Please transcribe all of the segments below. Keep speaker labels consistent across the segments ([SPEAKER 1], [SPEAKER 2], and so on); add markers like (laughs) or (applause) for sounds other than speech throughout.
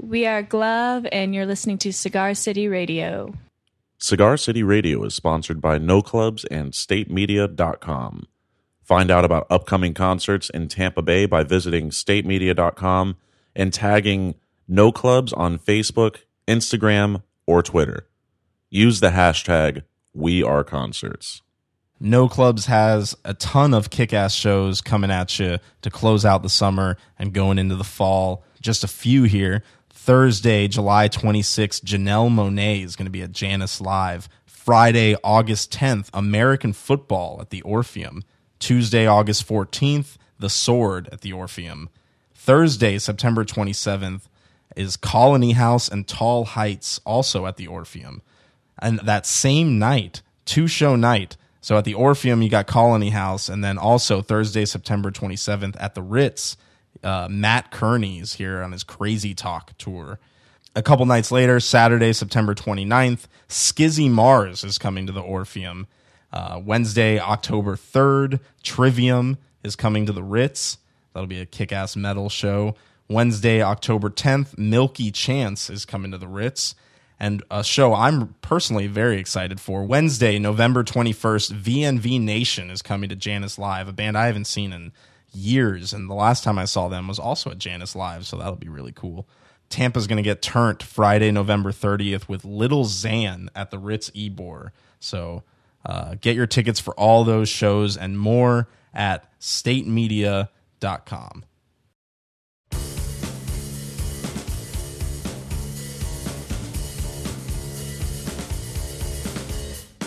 [SPEAKER 1] We are Glove, and you're listening to Cigar City Radio.
[SPEAKER 2] Cigar City Radio is sponsored by No Clubs and StateMedia.com. Find out about upcoming concerts in Tampa Bay by visiting StateMedia.com and tagging No Clubs on Facebook, Instagram, or Twitter. Use the hashtag WeAreConcerts.
[SPEAKER 3] No Clubs has a ton of kick ass shows coming at you to close out the summer and going into the fall. Just a few here. Thursday, July 26th, Janelle Monet is going to be at Janice Live. Friday, August 10th, American Football at the Orpheum. Tuesday, August 14th, The Sword at the Orpheum. Thursday, September 27th, is Colony House and Tall Heights, also at the Orpheum. And that same night, two show night. So at the Orpheum, you got Colony House, and then also Thursday, September 27th at the Ritz, uh, Matt Kearney's here on his Crazy Talk tour. A couple nights later, Saturday, September 29th, Skizzy Mars is coming to the Orpheum. Uh, Wednesday, October 3rd, Trivium is coming to the Ritz. That'll be a kick ass metal show. Wednesday, October 10th, Milky Chance is coming to the Ritz. And a show I'm personally very excited for. Wednesday, November 21st, VNV Nation is coming to Janice Live, a band I haven't seen in years. And the last time I saw them was also at Janice Live, so that'll be really cool. Tampa's going to get turned Friday, November 30th with Little Zan at the Ritz Ebor. So uh, get your tickets for all those shows and more at statemedia.com.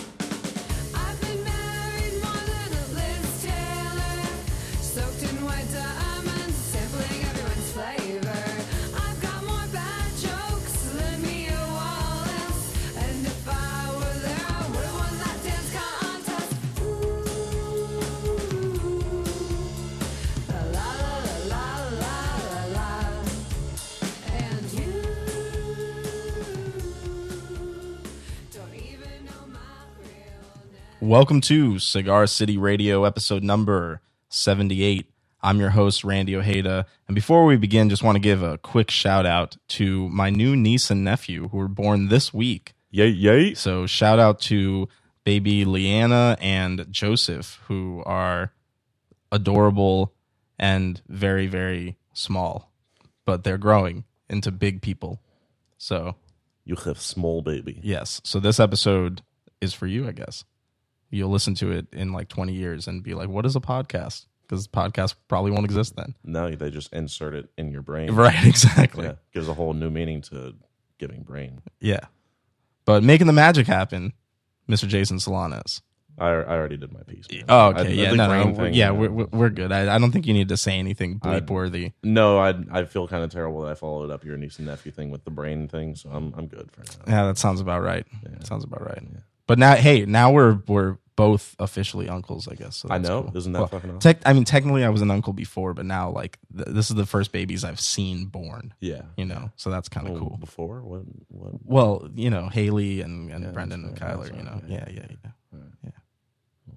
[SPEAKER 4] I've been married more than a Liz Taylor. Soaked in white diamonds, sampling everyone's flavor. I've got more bad jokes than Mia Wallace. And if I were there, I would've won that dance contest. Ooh, la la la la la la la. And you don't even know my real name.
[SPEAKER 3] Welcome to Cigar City Radio, episode number 78. I'm your host, Randy Ojeda. And before we begin, just want to give a quick shout out to my new niece and nephew who were born this week.
[SPEAKER 2] Yay, yay.
[SPEAKER 3] So, shout out to baby Leanna and Joseph, who are adorable and very, very small, but they're growing into big people. So,
[SPEAKER 2] You have small baby.
[SPEAKER 3] Yes. So this episode is for you, I guess. You'll listen to it in like 20 years and be like, what is a podcast? Because podcasts probably won't exist then.
[SPEAKER 2] No, they just insert it in your brain.
[SPEAKER 3] (laughs) Right. Exactly.
[SPEAKER 2] Yeah,
[SPEAKER 3] Yeah.
[SPEAKER 2] gives a whole new meaning to giving brain.
[SPEAKER 3] But making the magic happen, Mr. Jason Solanas.
[SPEAKER 2] I, I already did my piece. man.
[SPEAKER 3] Oh,
[SPEAKER 2] I-
[SPEAKER 3] okay.
[SPEAKER 2] the
[SPEAKER 3] yeah. No,
[SPEAKER 2] brain
[SPEAKER 3] no,
[SPEAKER 2] thing-
[SPEAKER 3] yeah. We're, we're- we're good. I, I don't think you need to say anything
[SPEAKER 2] I-
[SPEAKER 3] bleep worthy.
[SPEAKER 2] No, I I feel kind of terrible that I followed up your niece and nephew thing with the brain thing, so I'm I'm good for now.
[SPEAKER 3] Yeah. That sounds about right.
[SPEAKER 2] Yeah.
[SPEAKER 3] Sounds about right.
[SPEAKER 2] Yeah.
[SPEAKER 3] But now, hey, now we're, we're both officially uncles, I guess. So
[SPEAKER 2] I
[SPEAKER 3] that's
[SPEAKER 2] know,
[SPEAKER 3] cool.
[SPEAKER 2] isn't that
[SPEAKER 3] Well,
[SPEAKER 2] fucking awesome?
[SPEAKER 3] Tech, I mean, technically, I was an uncle before, but now, like, th- this is the first babies I've seen born.
[SPEAKER 2] yeah,
[SPEAKER 3] You know, so that's kind of
[SPEAKER 2] Well,
[SPEAKER 3] cool.
[SPEAKER 2] Before what what?
[SPEAKER 3] Well, you know, Haley and, and
[SPEAKER 2] Yeah,
[SPEAKER 3] Brendan and
[SPEAKER 2] that's right,
[SPEAKER 3] Kyler.
[SPEAKER 2] that's
[SPEAKER 3] You know, Hmm.
[SPEAKER 2] right,
[SPEAKER 3] yeah,
[SPEAKER 2] yeah,
[SPEAKER 3] yeah, yeah, yeah.
[SPEAKER 2] Alright.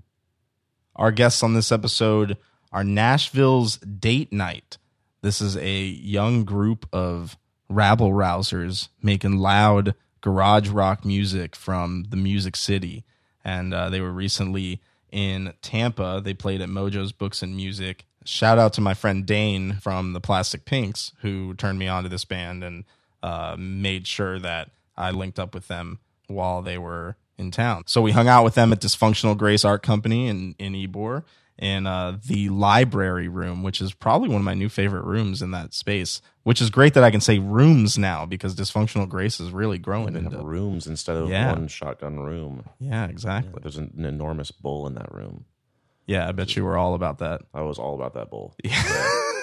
[SPEAKER 3] Our guests on this episode are Nashville's Date Night. This is a young group of rabble rousers making loud garage rock music from the Music City, and uh, they were recently in Tampa. They played at Mojo's Books and Music. Shout out to my friend Dane from the Plastic Pinks who turned me on to this band and uh, made sure that I linked up with them while they were in town. So we hung out with them at Dysfunctional Grace Art Company in in Ybor in uh, the library room, which is probably one of my new favorite rooms in that space. Which is great that I can say rooms now because Dysfunctional Grace is really
[SPEAKER 2] They
[SPEAKER 3] growing.
[SPEAKER 2] have
[SPEAKER 3] into-
[SPEAKER 2] rooms instead of
[SPEAKER 3] Yeah.
[SPEAKER 2] one shotgun room.
[SPEAKER 3] yeah,
[SPEAKER 2] Yeah,
[SPEAKER 3] exactly.
[SPEAKER 2] there's an, an enormous bowl in that room.
[SPEAKER 3] Yeah, I bet you were all about that.
[SPEAKER 2] I was all about
[SPEAKER 3] (laughs)
[SPEAKER 2] that bowl. Yeehaw,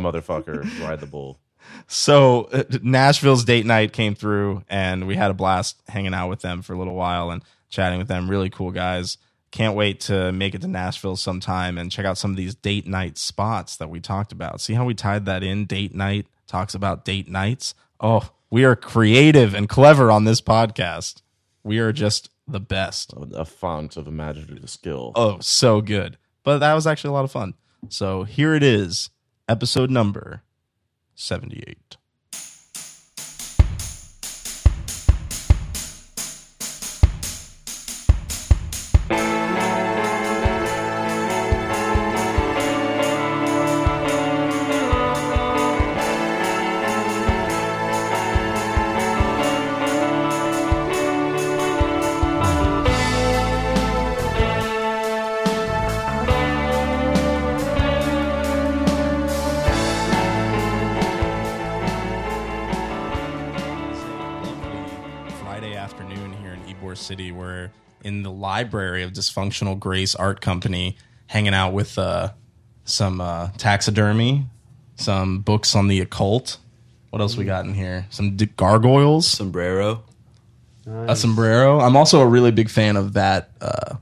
[SPEAKER 2] motherfucker! Ride the bull.
[SPEAKER 3] so uh, Nashville's date night came through, and we had a blast hanging out with them for a little while and chatting with them. Really cool guys. Can't wait to make it to Nashville sometime and check out some of these date night spots that we talked about. See how we tied that in? Date night talks about date nights. Oh, we are creative and clever on this podcast. We are just the best
[SPEAKER 2] A, a font of imaginative skill.
[SPEAKER 3] oh so good but that was actually a lot of fun so here it is episode number 78 Ybor City were in the library of Dysfunctional Grace Art Company, hanging out with uh, some uh, taxidermy, some books on the occult. What else we got in here? Some d- gargoyles,
[SPEAKER 5] Sombrero.
[SPEAKER 3] a sombrero. I'm also a really big fan of that uh,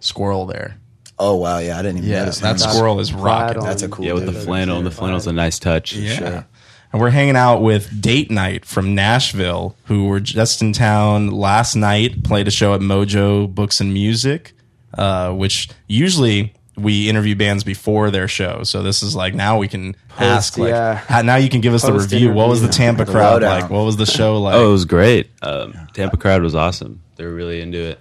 [SPEAKER 3] squirrel there.
[SPEAKER 6] Oh wow, yeah, I didn't even
[SPEAKER 3] Yeah,
[SPEAKER 6] notice
[SPEAKER 3] that
[SPEAKER 6] him.
[SPEAKER 3] squirrel is
[SPEAKER 7] Plaid
[SPEAKER 3] rocking.
[SPEAKER 7] on-
[SPEAKER 6] That's a cool
[SPEAKER 5] Yeah, with the
[SPEAKER 6] dude.
[SPEAKER 5] flannel. The flannel's a nice touch.
[SPEAKER 3] Yeah. And we're hanging out with Date Night from Nashville, who were just in town last night, played a show at Mojo Books and Music, uh, which usually we interview bands before their show. So this is like now we can ask, like,
[SPEAKER 7] yeah.
[SPEAKER 3] how, now you can give us the
[SPEAKER 7] Post
[SPEAKER 3] review. What was the
[SPEAKER 7] interview.
[SPEAKER 3] Tampa
[SPEAKER 6] The
[SPEAKER 3] crowd
[SPEAKER 6] lowdown.
[SPEAKER 3] like? What was the show like?
[SPEAKER 5] Oh, it was great. Um, Tampa crowd was awesome. They were really into it.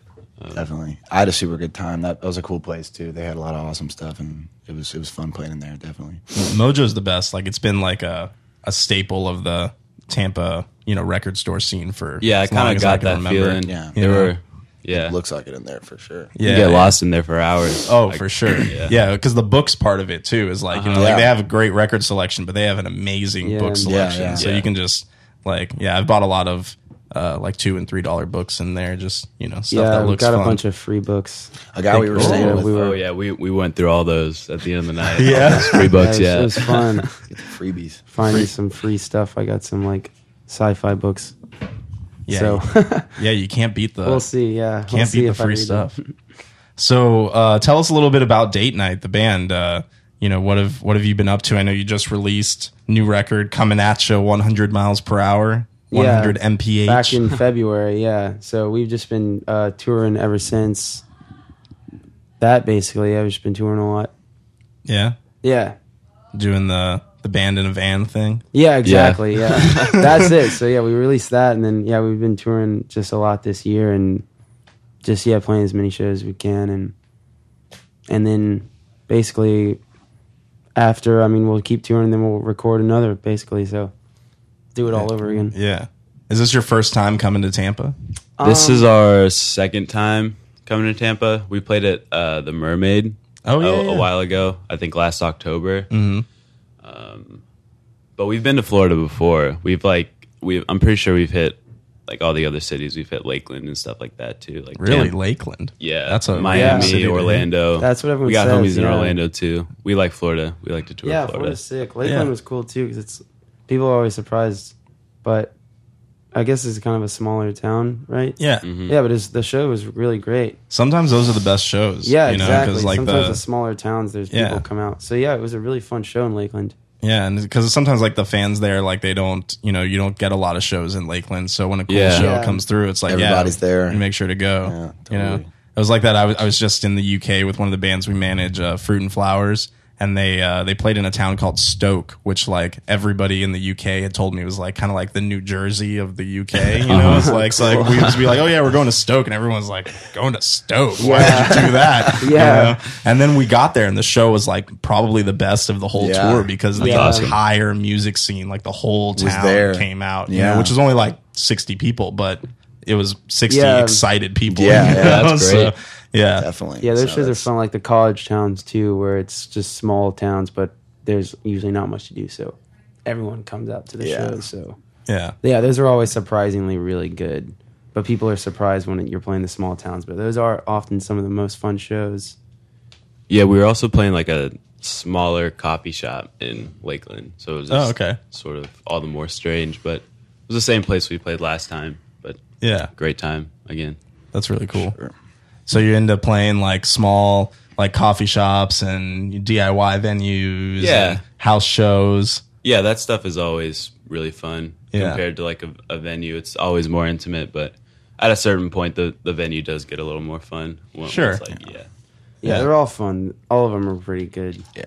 [SPEAKER 6] Definitely, I had a super good time. That, that was a cool place too. They had a lot of awesome stuff, and it was it was fun playing in there. Definitely.
[SPEAKER 3] Mojo's the best. Like it's been like a, a staple of the Tampa, you know, record store scene for
[SPEAKER 5] Yeah, I
[SPEAKER 3] as long
[SPEAKER 5] kind of
[SPEAKER 3] as
[SPEAKER 5] got
[SPEAKER 3] can
[SPEAKER 5] that
[SPEAKER 3] remember.
[SPEAKER 5] feeling.
[SPEAKER 6] Yeah.
[SPEAKER 5] They
[SPEAKER 3] Yeah.
[SPEAKER 5] were, yeah.
[SPEAKER 6] Looks like it in there for sure.
[SPEAKER 5] You
[SPEAKER 3] Yeah,
[SPEAKER 5] get
[SPEAKER 3] yeah.
[SPEAKER 5] lost in there for hours.
[SPEAKER 3] Oh,
[SPEAKER 5] Like,
[SPEAKER 3] for
[SPEAKER 7] (clears throat)
[SPEAKER 3] sure. Yeah, because the books part of it too is like you know,
[SPEAKER 6] Yeah.
[SPEAKER 3] like they have a great record selection, but they have an amazing
[SPEAKER 7] Uh-huh. Yeah.
[SPEAKER 3] book selection.
[SPEAKER 6] Yeah, yeah.
[SPEAKER 3] So
[SPEAKER 5] Yeah.
[SPEAKER 3] you can just like yeah, I've bought a lot of uh, like two and three dollar books in there, just you know stuff
[SPEAKER 7] yeah,
[SPEAKER 3] that
[SPEAKER 7] we
[SPEAKER 3] looks
[SPEAKER 7] got
[SPEAKER 3] fun.
[SPEAKER 7] a bunch of free books.
[SPEAKER 6] A guy we were
[SPEAKER 7] Cool.
[SPEAKER 6] staying
[SPEAKER 7] Yeah,
[SPEAKER 6] with,
[SPEAKER 7] we were-
[SPEAKER 5] Oh yeah, we, we went through all those at the end of the
[SPEAKER 3] (laughs)
[SPEAKER 5] night.
[SPEAKER 3] Yeah.
[SPEAKER 5] All those free books.
[SPEAKER 7] it
[SPEAKER 5] Yeah,
[SPEAKER 7] was
[SPEAKER 3] (laughs)
[SPEAKER 7] fun.
[SPEAKER 6] freebies.
[SPEAKER 7] Finding some free stuff. I got some like sci-fi books.
[SPEAKER 3] yeah,
[SPEAKER 7] so
[SPEAKER 3] yeah, you can't beat the
[SPEAKER 7] (laughs) we'll see. Yeah, we'll
[SPEAKER 3] can't
[SPEAKER 7] see
[SPEAKER 3] beat the
[SPEAKER 7] if I
[SPEAKER 3] free
[SPEAKER 7] read it.
[SPEAKER 3] stuff. So uh, tell us a little bit about Date Night, the band. Uh, you know what have what have you been up to? I know you just released new record coming at you, 100 miles per hour, 100
[SPEAKER 7] Yeah,
[SPEAKER 3] mph. (laughs)
[SPEAKER 7] Back in February, yeah. So we've just been uh, touring ever since. That basically, I've just been touring a lot.
[SPEAKER 3] yeah,
[SPEAKER 7] Yeah,
[SPEAKER 3] doing the the band in a van thing.
[SPEAKER 7] yeah, exactly. Yeah,
[SPEAKER 5] (laughs)
[SPEAKER 7] that's it. So yeah, we released that, and then yeah, we've been touring just a lot this year, and just yeah, playing as many shows as we can, and and then basically after, I mean, we'll keep touring, then we'll record another, basically. So do it all over again.
[SPEAKER 3] Yeah. Is this your first time coming to Tampa?
[SPEAKER 5] this
[SPEAKER 7] Um,
[SPEAKER 5] is our second time coming to Tampa. We played at uh, the Mermaid.
[SPEAKER 3] Oh, yeah,
[SPEAKER 5] a,
[SPEAKER 3] yeah.
[SPEAKER 5] a while ago. I think last October. Mm-hmm. Um, but we've been to Florida before. We've like we. I'm pretty sure we've hit like all the other cities. We've hit Lakeland and stuff like that too. Like
[SPEAKER 3] Really,
[SPEAKER 5] Tampa-
[SPEAKER 3] Lakeland.
[SPEAKER 5] Yeah,
[SPEAKER 3] that's a
[SPEAKER 5] Miami,
[SPEAKER 3] city to hit.
[SPEAKER 5] Orlando.
[SPEAKER 7] That's what everyone
[SPEAKER 5] We got
[SPEAKER 7] says,
[SPEAKER 5] homies in
[SPEAKER 7] yeah.
[SPEAKER 5] Orlando too. We like Florida. We like to tour
[SPEAKER 7] yeah,
[SPEAKER 5] Florida.
[SPEAKER 7] Florida's sick. Lakeland
[SPEAKER 3] Yeah.
[SPEAKER 7] was cool too because it's people are always surprised, but I guess it's kind of a smaller town, right?
[SPEAKER 3] Yeah,
[SPEAKER 7] yeah. But it's, the show was really great.
[SPEAKER 3] sometimes those are the best shows.
[SPEAKER 7] Yeah,
[SPEAKER 3] you know, 'cause,
[SPEAKER 7] exactly.
[SPEAKER 3] like
[SPEAKER 7] Sometimes the,
[SPEAKER 3] the
[SPEAKER 7] smaller towns, there's
[SPEAKER 3] Yeah.
[SPEAKER 7] people come out. So yeah, it was a really fun show in Lakeland.
[SPEAKER 3] yeah, and because sometimes like the fans there, like they don't, you know, you don't get a lot of shows in Lakeland. So when a cool
[SPEAKER 5] Yeah.
[SPEAKER 3] show
[SPEAKER 7] Yeah.
[SPEAKER 3] comes through, it's like yeah,
[SPEAKER 6] Everybody's there.
[SPEAKER 3] You make sure to go.
[SPEAKER 6] Yeah,
[SPEAKER 3] You know,
[SPEAKER 6] totally.
[SPEAKER 3] it was like that. I was I was just in the UK with one of the bands we manage, uh, Fruit and Flowers. And they uh, they played in a town called Stoke, which like everybody in the UK had told me was like kind of like the New Jersey of the UK.
[SPEAKER 6] (laughs)
[SPEAKER 3] You know,
[SPEAKER 6] Uh-huh.
[SPEAKER 3] it's like, it's like we would just be like, oh yeah, we're going to Stoke, and everyone's like, going to Stoke? Why did you do
[SPEAKER 6] (laughs)
[SPEAKER 3] that? You
[SPEAKER 7] Yeah.
[SPEAKER 3] know? And then we got there, and the show was like probably the best of the whole
[SPEAKER 6] Yeah.
[SPEAKER 3] tour because the
[SPEAKER 7] awesome.
[SPEAKER 3] entire music scene, like the whole town,
[SPEAKER 6] there.
[SPEAKER 3] came out. You know,
[SPEAKER 6] Yeah.
[SPEAKER 3] which is only like sixty people, but it was sixty
[SPEAKER 7] Yeah.
[SPEAKER 3] excited people.
[SPEAKER 6] Yeah, yeah,
[SPEAKER 5] that's great.
[SPEAKER 3] yeah,
[SPEAKER 6] Definitely.
[SPEAKER 7] Yeah, those
[SPEAKER 6] So
[SPEAKER 7] shows are
[SPEAKER 6] that's-
[SPEAKER 7] fun, like the college towns too, where it's just small towns, but there's usually not much to do. So everyone comes out to the
[SPEAKER 6] Yeah.
[SPEAKER 7] show. So
[SPEAKER 3] yeah,
[SPEAKER 7] yeah, those are always surprisingly really good. But people are surprised when you're playing the small towns. But those are often some of the most fun shows.
[SPEAKER 5] Yeah, we were also playing like a smaller coffee shop in Lakeland. So it was just
[SPEAKER 3] Oh, okay.
[SPEAKER 5] sort of all the more strange, but it was the same place we played last time, but
[SPEAKER 3] yeah.
[SPEAKER 5] great time again.
[SPEAKER 3] That's really cool. So you end up playing like small, like coffee shops and DIY venues,
[SPEAKER 5] Yeah.
[SPEAKER 3] and house shows.
[SPEAKER 5] Yeah, that stuff is always really fun
[SPEAKER 3] Yeah.
[SPEAKER 5] compared to like a, a venue. It's always more intimate, but at a certain point the, the venue does get a little more fun. When,
[SPEAKER 3] Sure.
[SPEAKER 5] It's like, yeah.
[SPEAKER 7] Yeah,
[SPEAKER 3] Yeah.
[SPEAKER 7] they're all fun. All of them are pretty good.
[SPEAKER 6] Yeah.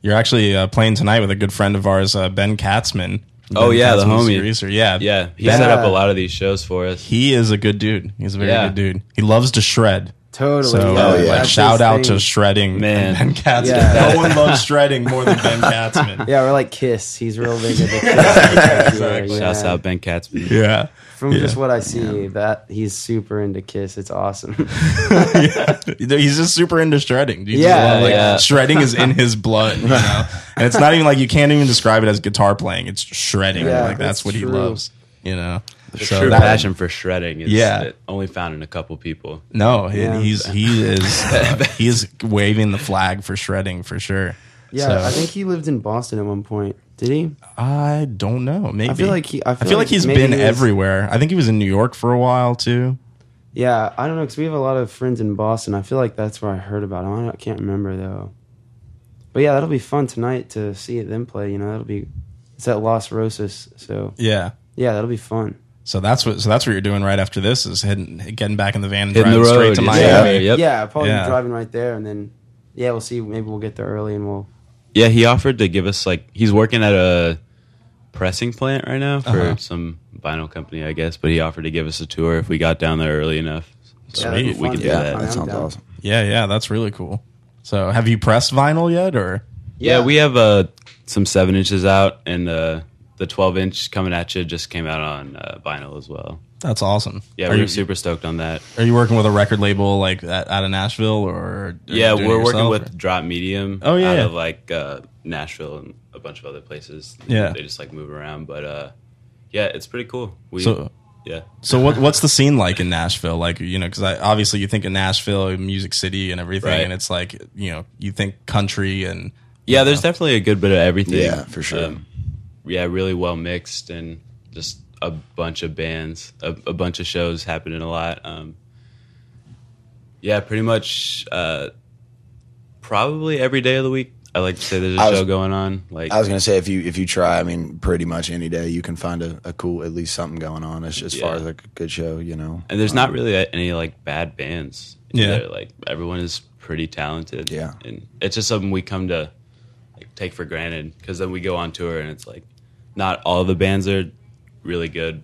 [SPEAKER 3] You're actually uh, playing tonight with a good friend of ours, uh, Ben Katzman.
[SPEAKER 5] Oh,
[SPEAKER 3] Ben
[SPEAKER 5] yeah, the
[SPEAKER 3] Katzman's
[SPEAKER 5] homie.
[SPEAKER 3] a greaser. Yeah,
[SPEAKER 5] Yeah, he
[SPEAKER 3] Ben-
[SPEAKER 5] set up a lot of these shows
[SPEAKER 3] (laughs)
[SPEAKER 5] for us.
[SPEAKER 3] He is a good dude. He's a very
[SPEAKER 5] Yeah.
[SPEAKER 3] good dude. He loves to shred.
[SPEAKER 7] Totally.
[SPEAKER 3] So, uh,
[SPEAKER 7] yeah,
[SPEAKER 6] Oh, yeah.
[SPEAKER 3] like,
[SPEAKER 7] that's
[SPEAKER 3] shout
[SPEAKER 7] his
[SPEAKER 3] out to
[SPEAKER 7] thing.
[SPEAKER 3] shredding
[SPEAKER 5] Man.
[SPEAKER 3] and Ben Katzman.
[SPEAKER 7] Yeah.
[SPEAKER 3] (laughs) No one loves shredding more than Ben
[SPEAKER 5] (laughs)
[SPEAKER 3] Katzman.
[SPEAKER 7] Yeah, we're like Kiss. He's real big
[SPEAKER 3] (laughs)
[SPEAKER 7] into Kiss. Yeah,
[SPEAKER 5] Shouts out Ben Katzman.
[SPEAKER 3] Yeah.
[SPEAKER 7] From just
[SPEAKER 3] Yeah.
[SPEAKER 7] what I see, that he's super into Kiss. It's awesome. (laughs)
[SPEAKER 3] (laughs) He's just super into shredding. You just
[SPEAKER 7] Yeah,
[SPEAKER 3] love, like,
[SPEAKER 5] yeah.
[SPEAKER 3] Shredding is in his blood, you know? and it's not even like you can't even describe it as guitar playing. It's shredding.
[SPEAKER 7] Yeah,
[SPEAKER 3] like that's
[SPEAKER 7] that's
[SPEAKER 3] what he
[SPEAKER 7] true.
[SPEAKER 3] loves, you know?
[SPEAKER 5] The
[SPEAKER 3] So
[SPEAKER 5] true
[SPEAKER 3] that-
[SPEAKER 5] passion for shredding is
[SPEAKER 3] Yeah.
[SPEAKER 5] it only found in a couple people.
[SPEAKER 3] No, he-
[SPEAKER 7] Yeah.
[SPEAKER 3] he's he is uh, he is waving the flag for shredding for sure.
[SPEAKER 7] Yeah,
[SPEAKER 3] So-
[SPEAKER 7] I think he lived in Boston at one point. Did he?
[SPEAKER 3] I don't know. Maybe
[SPEAKER 7] I feel like he. I
[SPEAKER 3] I feel like, he's
[SPEAKER 7] maybe
[SPEAKER 3] been
[SPEAKER 7] he was-
[SPEAKER 3] everywhere. I think he was in New York for a while too.
[SPEAKER 7] Yeah, I don't know because we have a lot of friends in Boston. I feel like that's where I heard about him. I don't- can't remember though. But yeah, that'll be fun tonight to see them play. You know, that'll be it's at Las Rosas, so
[SPEAKER 3] Yeah.
[SPEAKER 7] yeah, that'll be fun.
[SPEAKER 3] So that's what so that's what you're doing right after this is heading getting back in the van and
[SPEAKER 5] Hitting the
[SPEAKER 3] driving straight
[SPEAKER 5] road,
[SPEAKER 3] to
[SPEAKER 5] yeah.
[SPEAKER 3] Miami.
[SPEAKER 5] Yeah. Yep.
[SPEAKER 7] Yeah, I'll probably
[SPEAKER 3] Yeah.
[SPEAKER 7] be driving right there, and then yeah, we'll see. Maybe we'll get there early, and we'll
[SPEAKER 5] Yeah, he offered to give us like he's working at a pressing plant right now for
[SPEAKER 3] Uh-huh.
[SPEAKER 5] some vinyl company, I guess. But he offered to give us a tour if we got down there early enough. So
[SPEAKER 7] Yeah, that'd be
[SPEAKER 5] we
[SPEAKER 7] fun.
[SPEAKER 5] can do
[SPEAKER 6] Yeah,
[SPEAKER 5] that.
[SPEAKER 6] that sounds
[SPEAKER 7] down.
[SPEAKER 6] awesome.
[SPEAKER 3] Yeah, yeah, that's really cool. So have you pressed vinyl yet or
[SPEAKER 5] Yeah, we have uh, some seven inches out, and uh, the twelve inch coming at you just came out on uh, vinyl as well.
[SPEAKER 3] that's awesome.
[SPEAKER 5] Yeah,
[SPEAKER 3] are
[SPEAKER 5] we
[SPEAKER 3] you
[SPEAKER 5] were super stoked on that.
[SPEAKER 3] are you working with a record label like that out of Nashville or
[SPEAKER 5] Yeah,
[SPEAKER 3] doing it
[SPEAKER 5] we're working
[SPEAKER 3] yourself,
[SPEAKER 5] with
[SPEAKER 3] or-
[SPEAKER 5] Drop Medium.
[SPEAKER 3] Oh, yeah,
[SPEAKER 5] out
[SPEAKER 3] yeah.
[SPEAKER 5] of like uh, Nashville and a bunch of other places.
[SPEAKER 3] Yeah.
[SPEAKER 5] they just like move around, but uh, yeah, it's pretty cool. We
[SPEAKER 3] So-
[SPEAKER 5] yeah,
[SPEAKER 3] So what what's the scene like in Nashville? Like you know, because obviously you think of Nashville, Music City, and everything,
[SPEAKER 5] Right.
[SPEAKER 3] and it's like you know you think country and
[SPEAKER 5] yeah. There's definitely a good bit of everything.
[SPEAKER 6] Yeah, for sure.
[SPEAKER 5] Um, yeah, really well mixed and just a bunch of bands, a, a bunch of shows happening a lot. Um, yeah, pretty much uh, probably every day of the week. I like to say there's a
[SPEAKER 6] I was-
[SPEAKER 5] show going on. Like
[SPEAKER 6] I was gonna say if you if you try, I mean, pretty much any day you can find a, a cool at least something going on as, as far
[SPEAKER 5] Yeah.
[SPEAKER 6] as like a good show, you know.
[SPEAKER 5] and there's not really uh, any like bad bands.
[SPEAKER 3] Um, Yeah.
[SPEAKER 5] either. like everyone is pretty talented.
[SPEAKER 6] Yeah.
[SPEAKER 5] and it's just something we come to like take for granted because then we go on tour and it's like not all the bands are really good.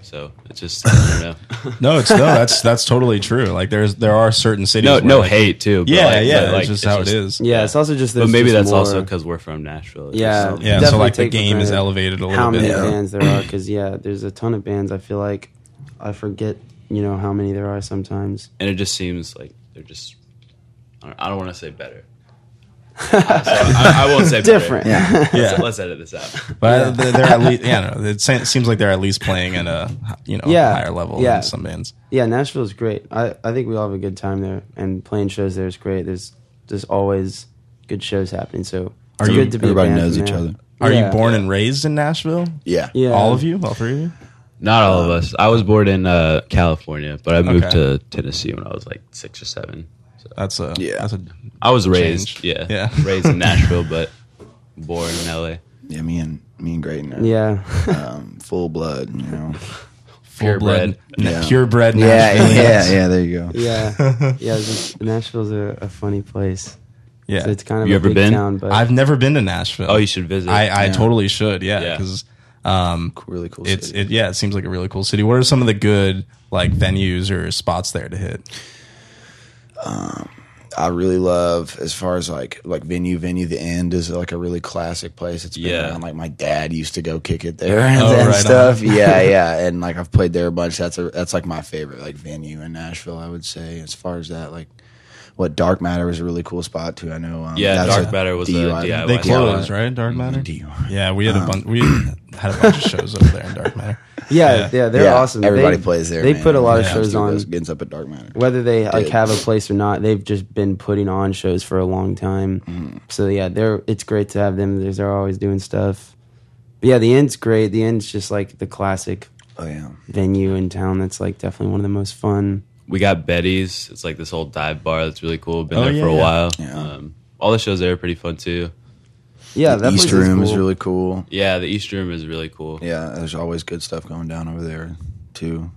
[SPEAKER 5] So it's just I
[SPEAKER 3] (laughs)
[SPEAKER 5] don't know.
[SPEAKER 3] no, it's no, that's that's totally true. Like there's there are certain cities.
[SPEAKER 5] no,
[SPEAKER 3] where,
[SPEAKER 5] no
[SPEAKER 3] like-
[SPEAKER 5] hate too. but,
[SPEAKER 3] Yeah,
[SPEAKER 5] like-
[SPEAKER 3] yeah,
[SPEAKER 5] but,
[SPEAKER 3] that's
[SPEAKER 5] like,
[SPEAKER 3] just how it is.
[SPEAKER 7] yeah, It's also just
[SPEAKER 5] But
[SPEAKER 7] there's
[SPEAKER 5] maybe
[SPEAKER 7] just
[SPEAKER 5] that's
[SPEAKER 7] more-
[SPEAKER 5] also because we're from Nashville. It's
[SPEAKER 7] Yeah,
[SPEAKER 5] just-
[SPEAKER 3] Yeah, so
[SPEAKER 7] Definitely
[SPEAKER 3] like the
[SPEAKER 7] take for
[SPEAKER 3] game is
[SPEAKER 7] granted
[SPEAKER 3] elevated a little
[SPEAKER 7] how
[SPEAKER 3] bit.
[SPEAKER 7] many
[SPEAKER 6] Yeah.
[SPEAKER 7] bands there are because yeah, there's a ton of bands. I feel like I forget you know how many there are sometimes.
[SPEAKER 5] and it just seems like they're just. I don't, I don't want to
[SPEAKER 3] (laughs)
[SPEAKER 5] say better. so I, I won't say better.
[SPEAKER 7] Different.
[SPEAKER 3] Yeah.
[SPEAKER 5] So let's edit this out.
[SPEAKER 3] But they're they're at least yeah, no, it se- seems like they're at least playing at a you know
[SPEAKER 7] Yeah,
[SPEAKER 3] higher level
[SPEAKER 7] yeah.
[SPEAKER 3] than some bands.
[SPEAKER 7] Yeah, Nashville's great. I, I think we all have a good time there, and playing shows there is great. There's there's always good shows happening, so it's
[SPEAKER 3] Are you-
[SPEAKER 7] good to be a
[SPEAKER 6] Everybody
[SPEAKER 7] band
[SPEAKER 6] knows
[SPEAKER 7] from
[SPEAKER 6] each
[SPEAKER 7] there.
[SPEAKER 6] other.
[SPEAKER 3] Are
[SPEAKER 7] Yeah.
[SPEAKER 3] you born and raised in Nashville?
[SPEAKER 6] Yeah.
[SPEAKER 7] Yeah,
[SPEAKER 3] All of you, all three of you.
[SPEAKER 5] Not all
[SPEAKER 3] Um,
[SPEAKER 5] of us. I was born in uh, California, but I moved to Tennessee when I was like six or seven. So
[SPEAKER 3] That's a
[SPEAKER 6] Yeah.
[SPEAKER 3] That's a
[SPEAKER 5] I was raised,
[SPEAKER 3] Changed.
[SPEAKER 5] yeah,
[SPEAKER 3] Yeah.
[SPEAKER 5] (laughs)
[SPEAKER 3] (laughs)
[SPEAKER 5] raised in Nashville, but born in LA.
[SPEAKER 6] Yeah, me and me and Grayton are
[SPEAKER 7] Yeah,
[SPEAKER 6] (laughs) um, full blood, you
[SPEAKER 7] (laughs)
[SPEAKER 6] know.
[SPEAKER 3] full blood,
[SPEAKER 5] Purebred.
[SPEAKER 6] Yeah.
[SPEAKER 3] (laughs) purebred
[SPEAKER 6] yeah,
[SPEAKER 3] Nashville.
[SPEAKER 6] yeah, yeah, there you go.
[SPEAKER 7] yeah,
[SPEAKER 6] (laughs)
[SPEAKER 7] yeah. it's just- Nashville's a, a funny place.
[SPEAKER 3] yeah.
[SPEAKER 7] So it's kind of
[SPEAKER 5] You
[SPEAKER 7] a
[SPEAKER 5] ever
[SPEAKER 7] big
[SPEAKER 5] been?
[SPEAKER 7] town, but
[SPEAKER 3] I've never been to Nashville.
[SPEAKER 5] Oh, you should visit.
[SPEAKER 3] I, I
[SPEAKER 6] Yeah.
[SPEAKER 3] totally should. Yeah,
[SPEAKER 5] Yeah.
[SPEAKER 3] because
[SPEAKER 6] Really cool.
[SPEAKER 3] it's
[SPEAKER 6] city.
[SPEAKER 3] it, yeah, it seems like a really cool city. What are some of the good like venues or spots there to hit?
[SPEAKER 6] I really love as far as like like venue venue. The end is like a really classic place. It's been
[SPEAKER 5] Yeah.
[SPEAKER 6] around. Like my dad used to go kick it there (laughs) and,
[SPEAKER 3] Oh,
[SPEAKER 6] and
[SPEAKER 3] right
[SPEAKER 5] (laughs)
[SPEAKER 6] stuff. yeah, yeah. And like I've played there a bunch. That's a that's like my favorite like venue in Nashville. I would say as far as that like. What Dark Matter was a really cool spot too. I know. Um,
[SPEAKER 5] Yeah,
[SPEAKER 6] that's
[SPEAKER 5] Dark
[SPEAKER 6] a
[SPEAKER 5] Matter was a DIY.
[SPEAKER 3] They
[SPEAKER 5] They
[SPEAKER 3] closed, right? Dark Matter.
[SPEAKER 6] DIY.
[SPEAKER 3] Yeah, we had
[SPEAKER 7] Uh-huh.
[SPEAKER 3] a bunch. We had a bunch of shows over there in Dark
[SPEAKER 5] (laughs)
[SPEAKER 3] Matter.
[SPEAKER 7] yeah,
[SPEAKER 3] yeah.
[SPEAKER 7] yeah, they're
[SPEAKER 6] Yeah,
[SPEAKER 7] awesome.
[SPEAKER 6] Everybody
[SPEAKER 7] They-
[SPEAKER 6] plays there.
[SPEAKER 7] They
[SPEAKER 6] man.
[SPEAKER 7] put a lot of
[SPEAKER 3] Yeah.
[SPEAKER 7] shows on.
[SPEAKER 6] Ends up at Dark Matter.
[SPEAKER 7] Whether they like
[SPEAKER 6] Dude.
[SPEAKER 7] have a place or not, they've just been putting on shows for a long time.
[SPEAKER 6] Mm.
[SPEAKER 7] So yeah, they're it's great to have them. There's they're always doing stuff. But yeah, the end's great. The end's just like the classic
[SPEAKER 6] Oh yeah.
[SPEAKER 7] venue in town that's like definitely one of the most fun.
[SPEAKER 5] we got Betty's. It's like this old dive bar that's really cool. Been
[SPEAKER 3] Oh,
[SPEAKER 5] there
[SPEAKER 3] yeah,
[SPEAKER 5] for a
[SPEAKER 3] yeah.
[SPEAKER 5] while.
[SPEAKER 6] Yeah.
[SPEAKER 5] Um, all the shows there are pretty fun too.
[SPEAKER 7] Yeah, that
[SPEAKER 6] East
[SPEAKER 7] place is
[SPEAKER 6] Room is
[SPEAKER 7] cool.
[SPEAKER 6] really cool.
[SPEAKER 5] Yeah, the East Room is really cool.
[SPEAKER 6] Yeah, there's always good stuff going down over there too.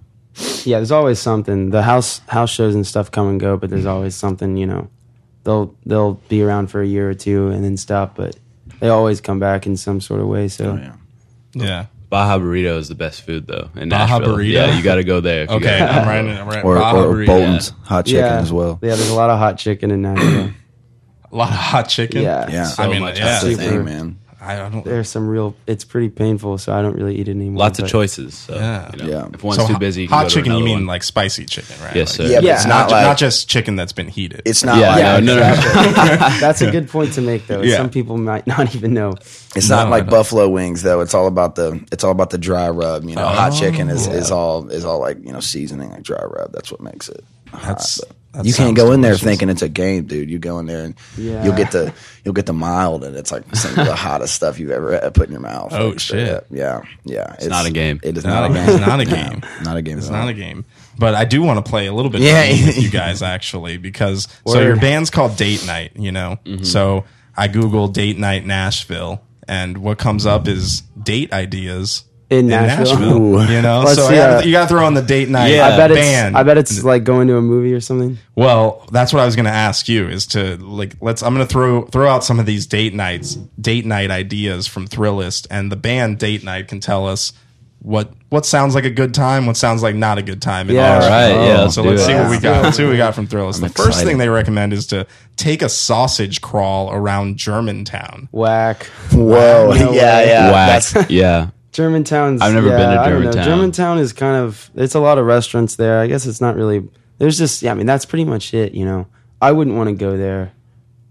[SPEAKER 7] yeah. There's always something. The house house shows and stuff come and go, but there's always something. You know, they'll they'll be around for a year or two and then stop, but they always come back in some sort of way. So
[SPEAKER 6] Oh, yeah.
[SPEAKER 3] Yeah.
[SPEAKER 5] Baja Burrito is the best food though in
[SPEAKER 3] Baja
[SPEAKER 5] Nashville.
[SPEAKER 3] Burrito?
[SPEAKER 5] Yeah, you got to go there. if you
[SPEAKER 3] Okay,
[SPEAKER 5] go to
[SPEAKER 3] (laughs) I'm
[SPEAKER 5] Nashville.
[SPEAKER 3] writing. I'm writing.
[SPEAKER 6] Or,
[SPEAKER 3] Baja
[SPEAKER 6] or
[SPEAKER 3] Burrito.
[SPEAKER 6] Bolton's hot chicken
[SPEAKER 7] yeah,
[SPEAKER 6] as well.
[SPEAKER 7] Yeah, there's a lot of hot chicken in Nashville.
[SPEAKER 3] A lot of hot chicken.
[SPEAKER 7] yeah,
[SPEAKER 6] Yeah.
[SPEAKER 3] I mean,
[SPEAKER 5] much
[SPEAKER 3] yeah.
[SPEAKER 6] That's the
[SPEAKER 7] Super.
[SPEAKER 6] thing, man.
[SPEAKER 3] I don't.
[SPEAKER 7] there's some real. It's pretty painful, so I don't really eat it anymore.
[SPEAKER 5] Lots of
[SPEAKER 7] but-
[SPEAKER 5] choices. So,
[SPEAKER 3] Yeah.
[SPEAKER 5] you know,
[SPEAKER 6] Yeah.
[SPEAKER 5] If one's
[SPEAKER 3] so
[SPEAKER 5] too
[SPEAKER 3] hot-
[SPEAKER 5] busy, you can
[SPEAKER 3] hot
[SPEAKER 5] go to
[SPEAKER 3] chicken. You
[SPEAKER 5] another
[SPEAKER 3] mean
[SPEAKER 5] one.
[SPEAKER 3] like spicy chicken, right?
[SPEAKER 5] Yes,
[SPEAKER 3] Like,
[SPEAKER 5] sir. Yeah,
[SPEAKER 6] but
[SPEAKER 3] it's
[SPEAKER 6] it's
[SPEAKER 3] not,
[SPEAKER 6] not like-
[SPEAKER 3] not just chicken that's been heated.
[SPEAKER 6] It's not
[SPEAKER 5] Yeah,
[SPEAKER 6] like
[SPEAKER 5] no, no,
[SPEAKER 3] (laughs)
[SPEAKER 5] no.
[SPEAKER 7] That's a good point to make, though.
[SPEAKER 3] Yeah.
[SPEAKER 7] Some people might (laughs) not even know.
[SPEAKER 6] it's
[SPEAKER 3] No,
[SPEAKER 6] not
[SPEAKER 3] I
[SPEAKER 6] like
[SPEAKER 3] don't.
[SPEAKER 6] buffalo wings though. It's all about the it's all about the dry rub. You know, hot chicken is, is all is all like you know seasoning like dry rub. That's what makes it. hot,
[SPEAKER 3] That's-
[SPEAKER 6] but
[SPEAKER 3] that
[SPEAKER 6] you can't
[SPEAKER 3] sounds
[SPEAKER 6] go in there
[SPEAKER 3] delicious.
[SPEAKER 6] thinking it's a game, dude. You go in there and
[SPEAKER 7] Yeah.
[SPEAKER 6] you'll get the you'll get the mild, and it's like some of the hottest stuff you've ever had put in your mouth.
[SPEAKER 3] Oh,
[SPEAKER 6] Like, straight
[SPEAKER 3] shit.
[SPEAKER 6] up. Yeah, yeah. It's,
[SPEAKER 5] not a game.
[SPEAKER 6] It is
[SPEAKER 3] No,
[SPEAKER 6] not a game.
[SPEAKER 3] it's not a
[SPEAKER 6] (laughs) No,
[SPEAKER 3] game.
[SPEAKER 6] not a game.
[SPEAKER 3] It's
[SPEAKER 6] at all.
[SPEAKER 3] not a game, but I do want to play a little bit
[SPEAKER 6] Yeah.
[SPEAKER 3] of game with you guys actually because so
[SPEAKER 7] Word.
[SPEAKER 3] your band's called Date Night, you know.
[SPEAKER 5] Mm-hmm.
[SPEAKER 3] So I Google Date Night Nashville, and what comes up is date ideas
[SPEAKER 7] In Nashville? Ooh.
[SPEAKER 3] you know.
[SPEAKER 7] Let's
[SPEAKER 3] so I
[SPEAKER 7] see,
[SPEAKER 3] gotta-
[SPEAKER 7] uh,
[SPEAKER 3] you got to throw on the date night. Yeah,
[SPEAKER 5] Yeah. I
[SPEAKER 7] I bet
[SPEAKER 3] band.
[SPEAKER 7] it's. I bet it's like going to a movie or something.
[SPEAKER 3] Well, that's what I was going to ask you is to like let's I'm going to throw throw out some of these date nights, date night ideas from Thrillist and the band Date Night can tell us what what sounds like a good time, what sounds like not a good time. in
[SPEAKER 7] Yeah.
[SPEAKER 3] Nashville.
[SPEAKER 5] All right, yeah, let's
[SPEAKER 3] so
[SPEAKER 5] do
[SPEAKER 3] let's
[SPEAKER 5] it.
[SPEAKER 3] see what we
[SPEAKER 7] Let's
[SPEAKER 3] got. Let's see what we got from Thrillist. the first
[SPEAKER 6] excited.
[SPEAKER 3] thing they recommend is to take a sausage crawl around Germantown.
[SPEAKER 7] Whack.
[SPEAKER 6] Whoa. (laughs)
[SPEAKER 7] No
[SPEAKER 6] yeah,
[SPEAKER 7] way.
[SPEAKER 6] yeah.
[SPEAKER 5] Whack.
[SPEAKER 6] That's
[SPEAKER 5] yeah.
[SPEAKER 7] Germantown's.
[SPEAKER 5] I've never
[SPEAKER 7] yeah,
[SPEAKER 5] been to
[SPEAKER 7] I don't know.
[SPEAKER 5] Germantown.
[SPEAKER 7] Germantown is kind of. It's a lot of restaurants there. I guess it's not really. There's just. Yeah, I mean that's pretty much it. You know, I wouldn't want to go there.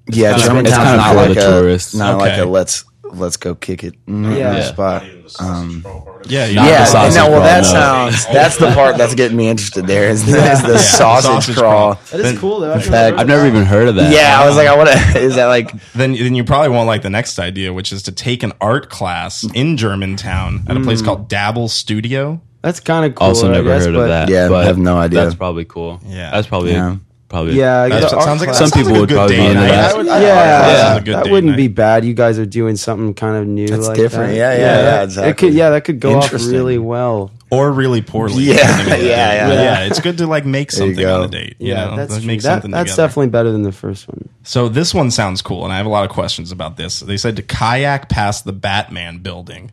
[SPEAKER 6] yeah.
[SPEAKER 5] It's kinda-
[SPEAKER 6] Germantown's
[SPEAKER 5] it's kinda
[SPEAKER 6] not
[SPEAKER 5] for
[SPEAKER 6] like
[SPEAKER 5] the
[SPEAKER 6] a
[SPEAKER 5] tourists.
[SPEAKER 6] not like
[SPEAKER 3] Okay.
[SPEAKER 6] a let's let's go kick it mm,
[SPEAKER 7] Yeah. Yeah.
[SPEAKER 6] spot. Um,
[SPEAKER 3] Yeah, you
[SPEAKER 5] Not
[SPEAKER 3] know,
[SPEAKER 5] the
[SPEAKER 6] yeah,
[SPEAKER 5] sausage
[SPEAKER 6] no. Well,
[SPEAKER 5] crawl,
[SPEAKER 6] that
[SPEAKER 5] no.
[SPEAKER 6] sounds. That's the part that's getting me interested. There is the, is the sausage,
[SPEAKER 3] sausage
[SPEAKER 6] crawl.
[SPEAKER 3] crawl.
[SPEAKER 7] That is cool though.
[SPEAKER 6] I've
[SPEAKER 5] I've never even heard of that.
[SPEAKER 6] Yeah, I was like, I want to. Is that like?
[SPEAKER 3] then then you probably won't like the next idea, which is to take an art class in Germantown at a place called Dabble Studio.
[SPEAKER 7] That's kind of cool.
[SPEAKER 5] Also,
[SPEAKER 7] I
[SPEAKER 5] never
[SPEAKER 7] guess,
[SPEAKER 5] heard
[SPEAKER 7] but-
[SPEAKER 5] of that.
[SPEAKER 6] Yeah,
[SPEAKER 5] but
[SPEAKER 6] have no idea.
[SPEAKER 5] That's probably cool.
[SPEAKER 3] Yeah.
[SPEAKER 5] That's probably
[SPEAKER 6] Yeah.
[SPEAKER 5] probably.
[SPEAKER 7] Yeah,
[SPEAKER 3] That
[SPEAKER 7] the art
[SPEAKER 3] sounds like
[SPEAKER 7] class-
[SPEAKER 5] Some
[SPEAKER 3] that sounds
[SPEAKER 5] people
[SPEAKER 3] like a
[SPEAKER 5] would
[SPEAKER 3] good
[SPEAKER 5] probably
[SPEAKER 3] date
[SPEAKER 5] be into
[SPEAKER 3] night.
[SPEAKER 5] that.
[SPEAKER 3] I would- I-
[SPEAKER 7] yeah,
[SPEAKER 3] that sounds a good
[SPEAKER 7] that
[SPEAKER 3] date
[SPEAKER 7] wouldn't
[SPEAKER 3] night.
[SPEAKER 7] be bad. You guys are doing something kind of new.
[SPEAKER 6] That's
[SPEAKER 7] like
[SPEAKER 6] different.
[SPEAKER 7] that.
[SPEAKER 6] Yeah, yeah, yeah,
[SPEAKER 7] that-
[SPEAKER 6] exactly.
[SPEAKER 7] It could, yeah, that could go off
[SPEAKER 6] Interesting.
[SPEAKER 7] really well.
[SPEAKER 3] or really poorly.
[SPEAKER 6] Yeah,
[SPEAKER 3] depending on the
[SPEAKER 6] yeah,
[SPEAKER 3] date.
[SPEAKER 6] yeah.
[SPEAKER 3] But
[SPEAKER 7] Yeah.
[SPEAKER 3] It's good to like make
[SPEAKER 6] you
[SPEAKER 3] something
[SPEAKER 6] go.
[SPEAKER 3] on a date. You
[SPEAKER 7] yeah,
[SPEAKER 3] know?
[SPEAKER 7] that's
[SPEAKER 3] Like,
[SPEAKER 7] true.
[SPEAKER 3] make
[SPEAKER 7] That-
[SPEAKER 3] something
[SPEAKER 7] that's
[SPEAKER 3] together.
[SPEAKER 7] definitely better than the first one.
[SPEAKER 3] So this one sounds cool, and I have a lot of questions about this. They said to kayak past the Batman building.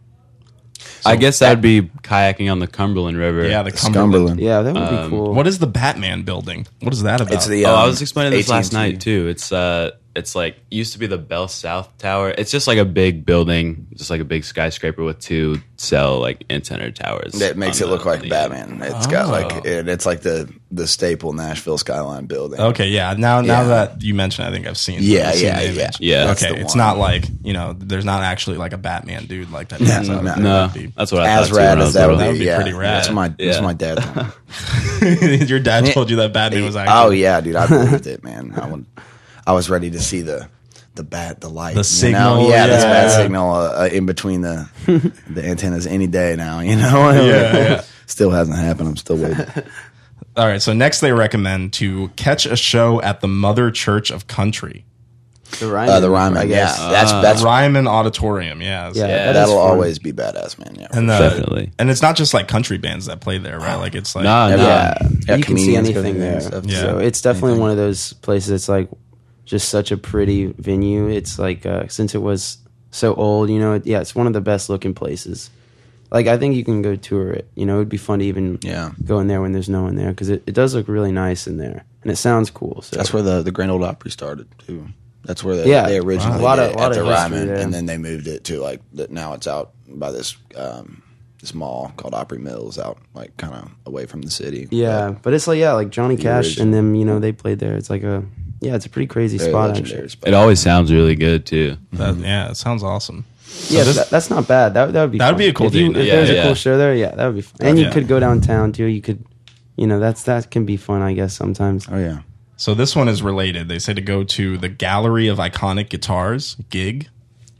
[SPEAKER 5] I guess that'd be kayaking on the Cumberland River.
[SPEAKER 3] Yeah, the Cumberland.
[SPEAKER 6] Cumberland.
[SPEAKER 7] Yeah, that would
[SPEAKER 5] Um,
[SPEAKER 7] be cool.
[SPEAKER 3] What is the Batman building? What is that about?
[SPEAKER 6] It's the.
[SPEAKER 5] Oh, I
[SPEAKER 6] um,
[SPEAKER 5] was explaining this last
[SPEAKER 6] AT&T.
[SPEAKER 5] night too. It's uh, it's like used to be the Bell South Tower. It's just like a big building, just like a big skyscraper with two cell like antenna towers.
[SPEAKER 6] That makes it
[SPEAKER 5] on the-
[SPEAKER 6] look like
[SPEAKER 5] on the-
[SPEAKER 6] Batman. It's got like, and it's like the the staple Nashville skyline building.
[SPEAKER 3] okay, yeah. Now, now
[SPEAKER 6] Yeah.
[SPEAKER 3] that you mention, I think I've seen.
[SPEAKER 6] Yeah,
[SPEAKER 3] I've seen
[SPEAKER 6] yeah,
[SPEAKER 3] the
[SPEAKER 6] yeah.
[SPEAKER 3] image.
[SPEAKER 5] Yeah. That's
[SPEAKER 3] okay,
[SPEAKER 6] the
[SPEAKER 3] it's
[SPEAKER 6] one.
[SPEAKER 3] not like you know, there's not actually like a Batman dude like that. Yeah,
[SPEAKER 6] no.
[SPEAKER 5] No, Uh, that's what I
[SPEAKER 6] As
[SPEAKER 5] thought. too, when
[SPEAKER 6] rad
[SPEAKER 5] I
[SPEAKER 6] as
[SPEAKER 5] was
[SPEAKER 6] that
[SPEAKER 5] little.
[SPEAKER 6] would be,
[SPEAKER 3] That would be
[SPEAKER 6] yeah.
[SPEAKER 3] pretty rad.
[SPEAKER 6] That's my that's
[SPEAKER 5] Yeah.
[SPEAKER 6] my
[SPEAKER 3] (laughs)
[SPEAKER 6] dad.
[SPEAKER 3] Your dad told you that Batman was actually.
[SPEAKER 6] oh yeah, dude, I believed it, man. I would, I was ready to see the the bat, the light,
[SPEAKER 3] The
[SPEAKER 6] you
[SPEAKER 3] signal,
[SPEAKER 6] Know? Yeah, this
[SPEAKER 3] yeah.
[SPEAKER 6] bat signal uh, uh, in between the the antennas any day now. You know, (laughs)
[SPEAKER 3] Yeah, yeah.
[SPEAKER 6] still hasn't happened. I'm still
[SPEAKER 7] (laughs)
[SPEAKER 6] waiting.
[SPEAKER 3] All right. So next, they recommend to catch a show at the Mother Church of Country,
[SPEAKER 7] the Ryman?
[SPEAKER 6] Uh, the Ryman,
[SPEAKER 7] I guess.
[SPEAKER 6] yeah, that's that's
[SPEAKER 3] Ryman Auditorium. Yeah. so-
[SPEAKER 7] Yeah,
[SPEAKER 5] Yeah,
[SPEAKER 7] that is
[SPEAKER 6] that'll
[SPEAKER 7] fun.
[SPEAKER 6] always be badass, man. Yeah,
[SPEAKER 3] And the,
[SPEAKER 5] Definitely.
[SPEAKER 3] And it's not just like country bands that play there, right? Like it's like
[SPEAKER 5] Nah, nah.
[SPEAKER 7] Yeah,
[SPEAKER 6] Yeah,
[SPEAKER 7] you can see
[SPEAKER 6] comedians go
[SPEAKER 7] anything
[SPEAKER 6] there
[SPEAKER 7] there.
[SPEAKER 6] and stuff.
[SPEAKER 3] Yeah.
[SPEAKER 7] So it's definitely one of those places. It's like just such a pretty venue. It's like uh, since it was so old, you know. It, yeah, it's one of the best looking places. Like I think you can go tour it. You know, it'd be fun to even
[SPEAKER 6] Yeah.
[SPEAKER 7] go in there when there's no one there because it, it does look really nice in there and it sounds cool. So
[SPEAKER 6] that's where the the Grand Old Opry started too. That's where they,
[SPEAKER 7] Yeah.
[SPEAKER 6] they originally
[SPEAKER 7] Wow. Lot of-
[SPEAKER 6] did it
[SPEAKER 7] lot
[SPEAKER 6] at
[SPEAKER 7] of
[SPEAKER 6] the
[SPEAKER 7] history
[SPEAKER 6] Ryman,
[SPEAKER 7] there.
[SPEAKER 6] and then they moved it to like that. Now it's out by this um, this mall called Opry Mills, out like kind of away from the city.
[SPEAKER 7] yeah, but it's like yeah, like Johnny Cash
[SPEAKER 6] original.
[SPEAKER 7] and them. You know, they played there. It's like a yeah, it's a pretty crazy
[SPEAKER 6] Very
[SPEAKER 7] spot
[SPEAKER 6] legendary
[SPEAKER 7] actually.
[SPEAKER 6] spot.
[SPEAKER 5] It always sounds really good too.
[SPEAKER 3] that- yeah, it sounds awesome.
[SPEAKER 7] Yeah, that, that's not bad. That that would be
[SPEAKER 3] That would
[SPEAKER 7] fun.
[SPEAKER 3] be a cool
[SPEAKER 7] if you-
[SPEAKER 3] date
[SPEAKER 7] If
[SPEAKER 5] night.
[SPEAKER 7] there's
[SPEAKER 5] Yeah,
[SPEAKER 7] a cool
[SPEAKER 5] yeah.
[SPEAKER 7] show there, yeah, that would be fun. And
[SPEAKER 3] Yeah.
[SPEAKER 7] you could go downtown too. You could, you know, that's that can be fun, I guess. Sometimes.
[SPEAKER 6] Oh yeah.
[SPEAKER 3] So this one is related. They say to go to the Gallery of Iconic Guitars gig.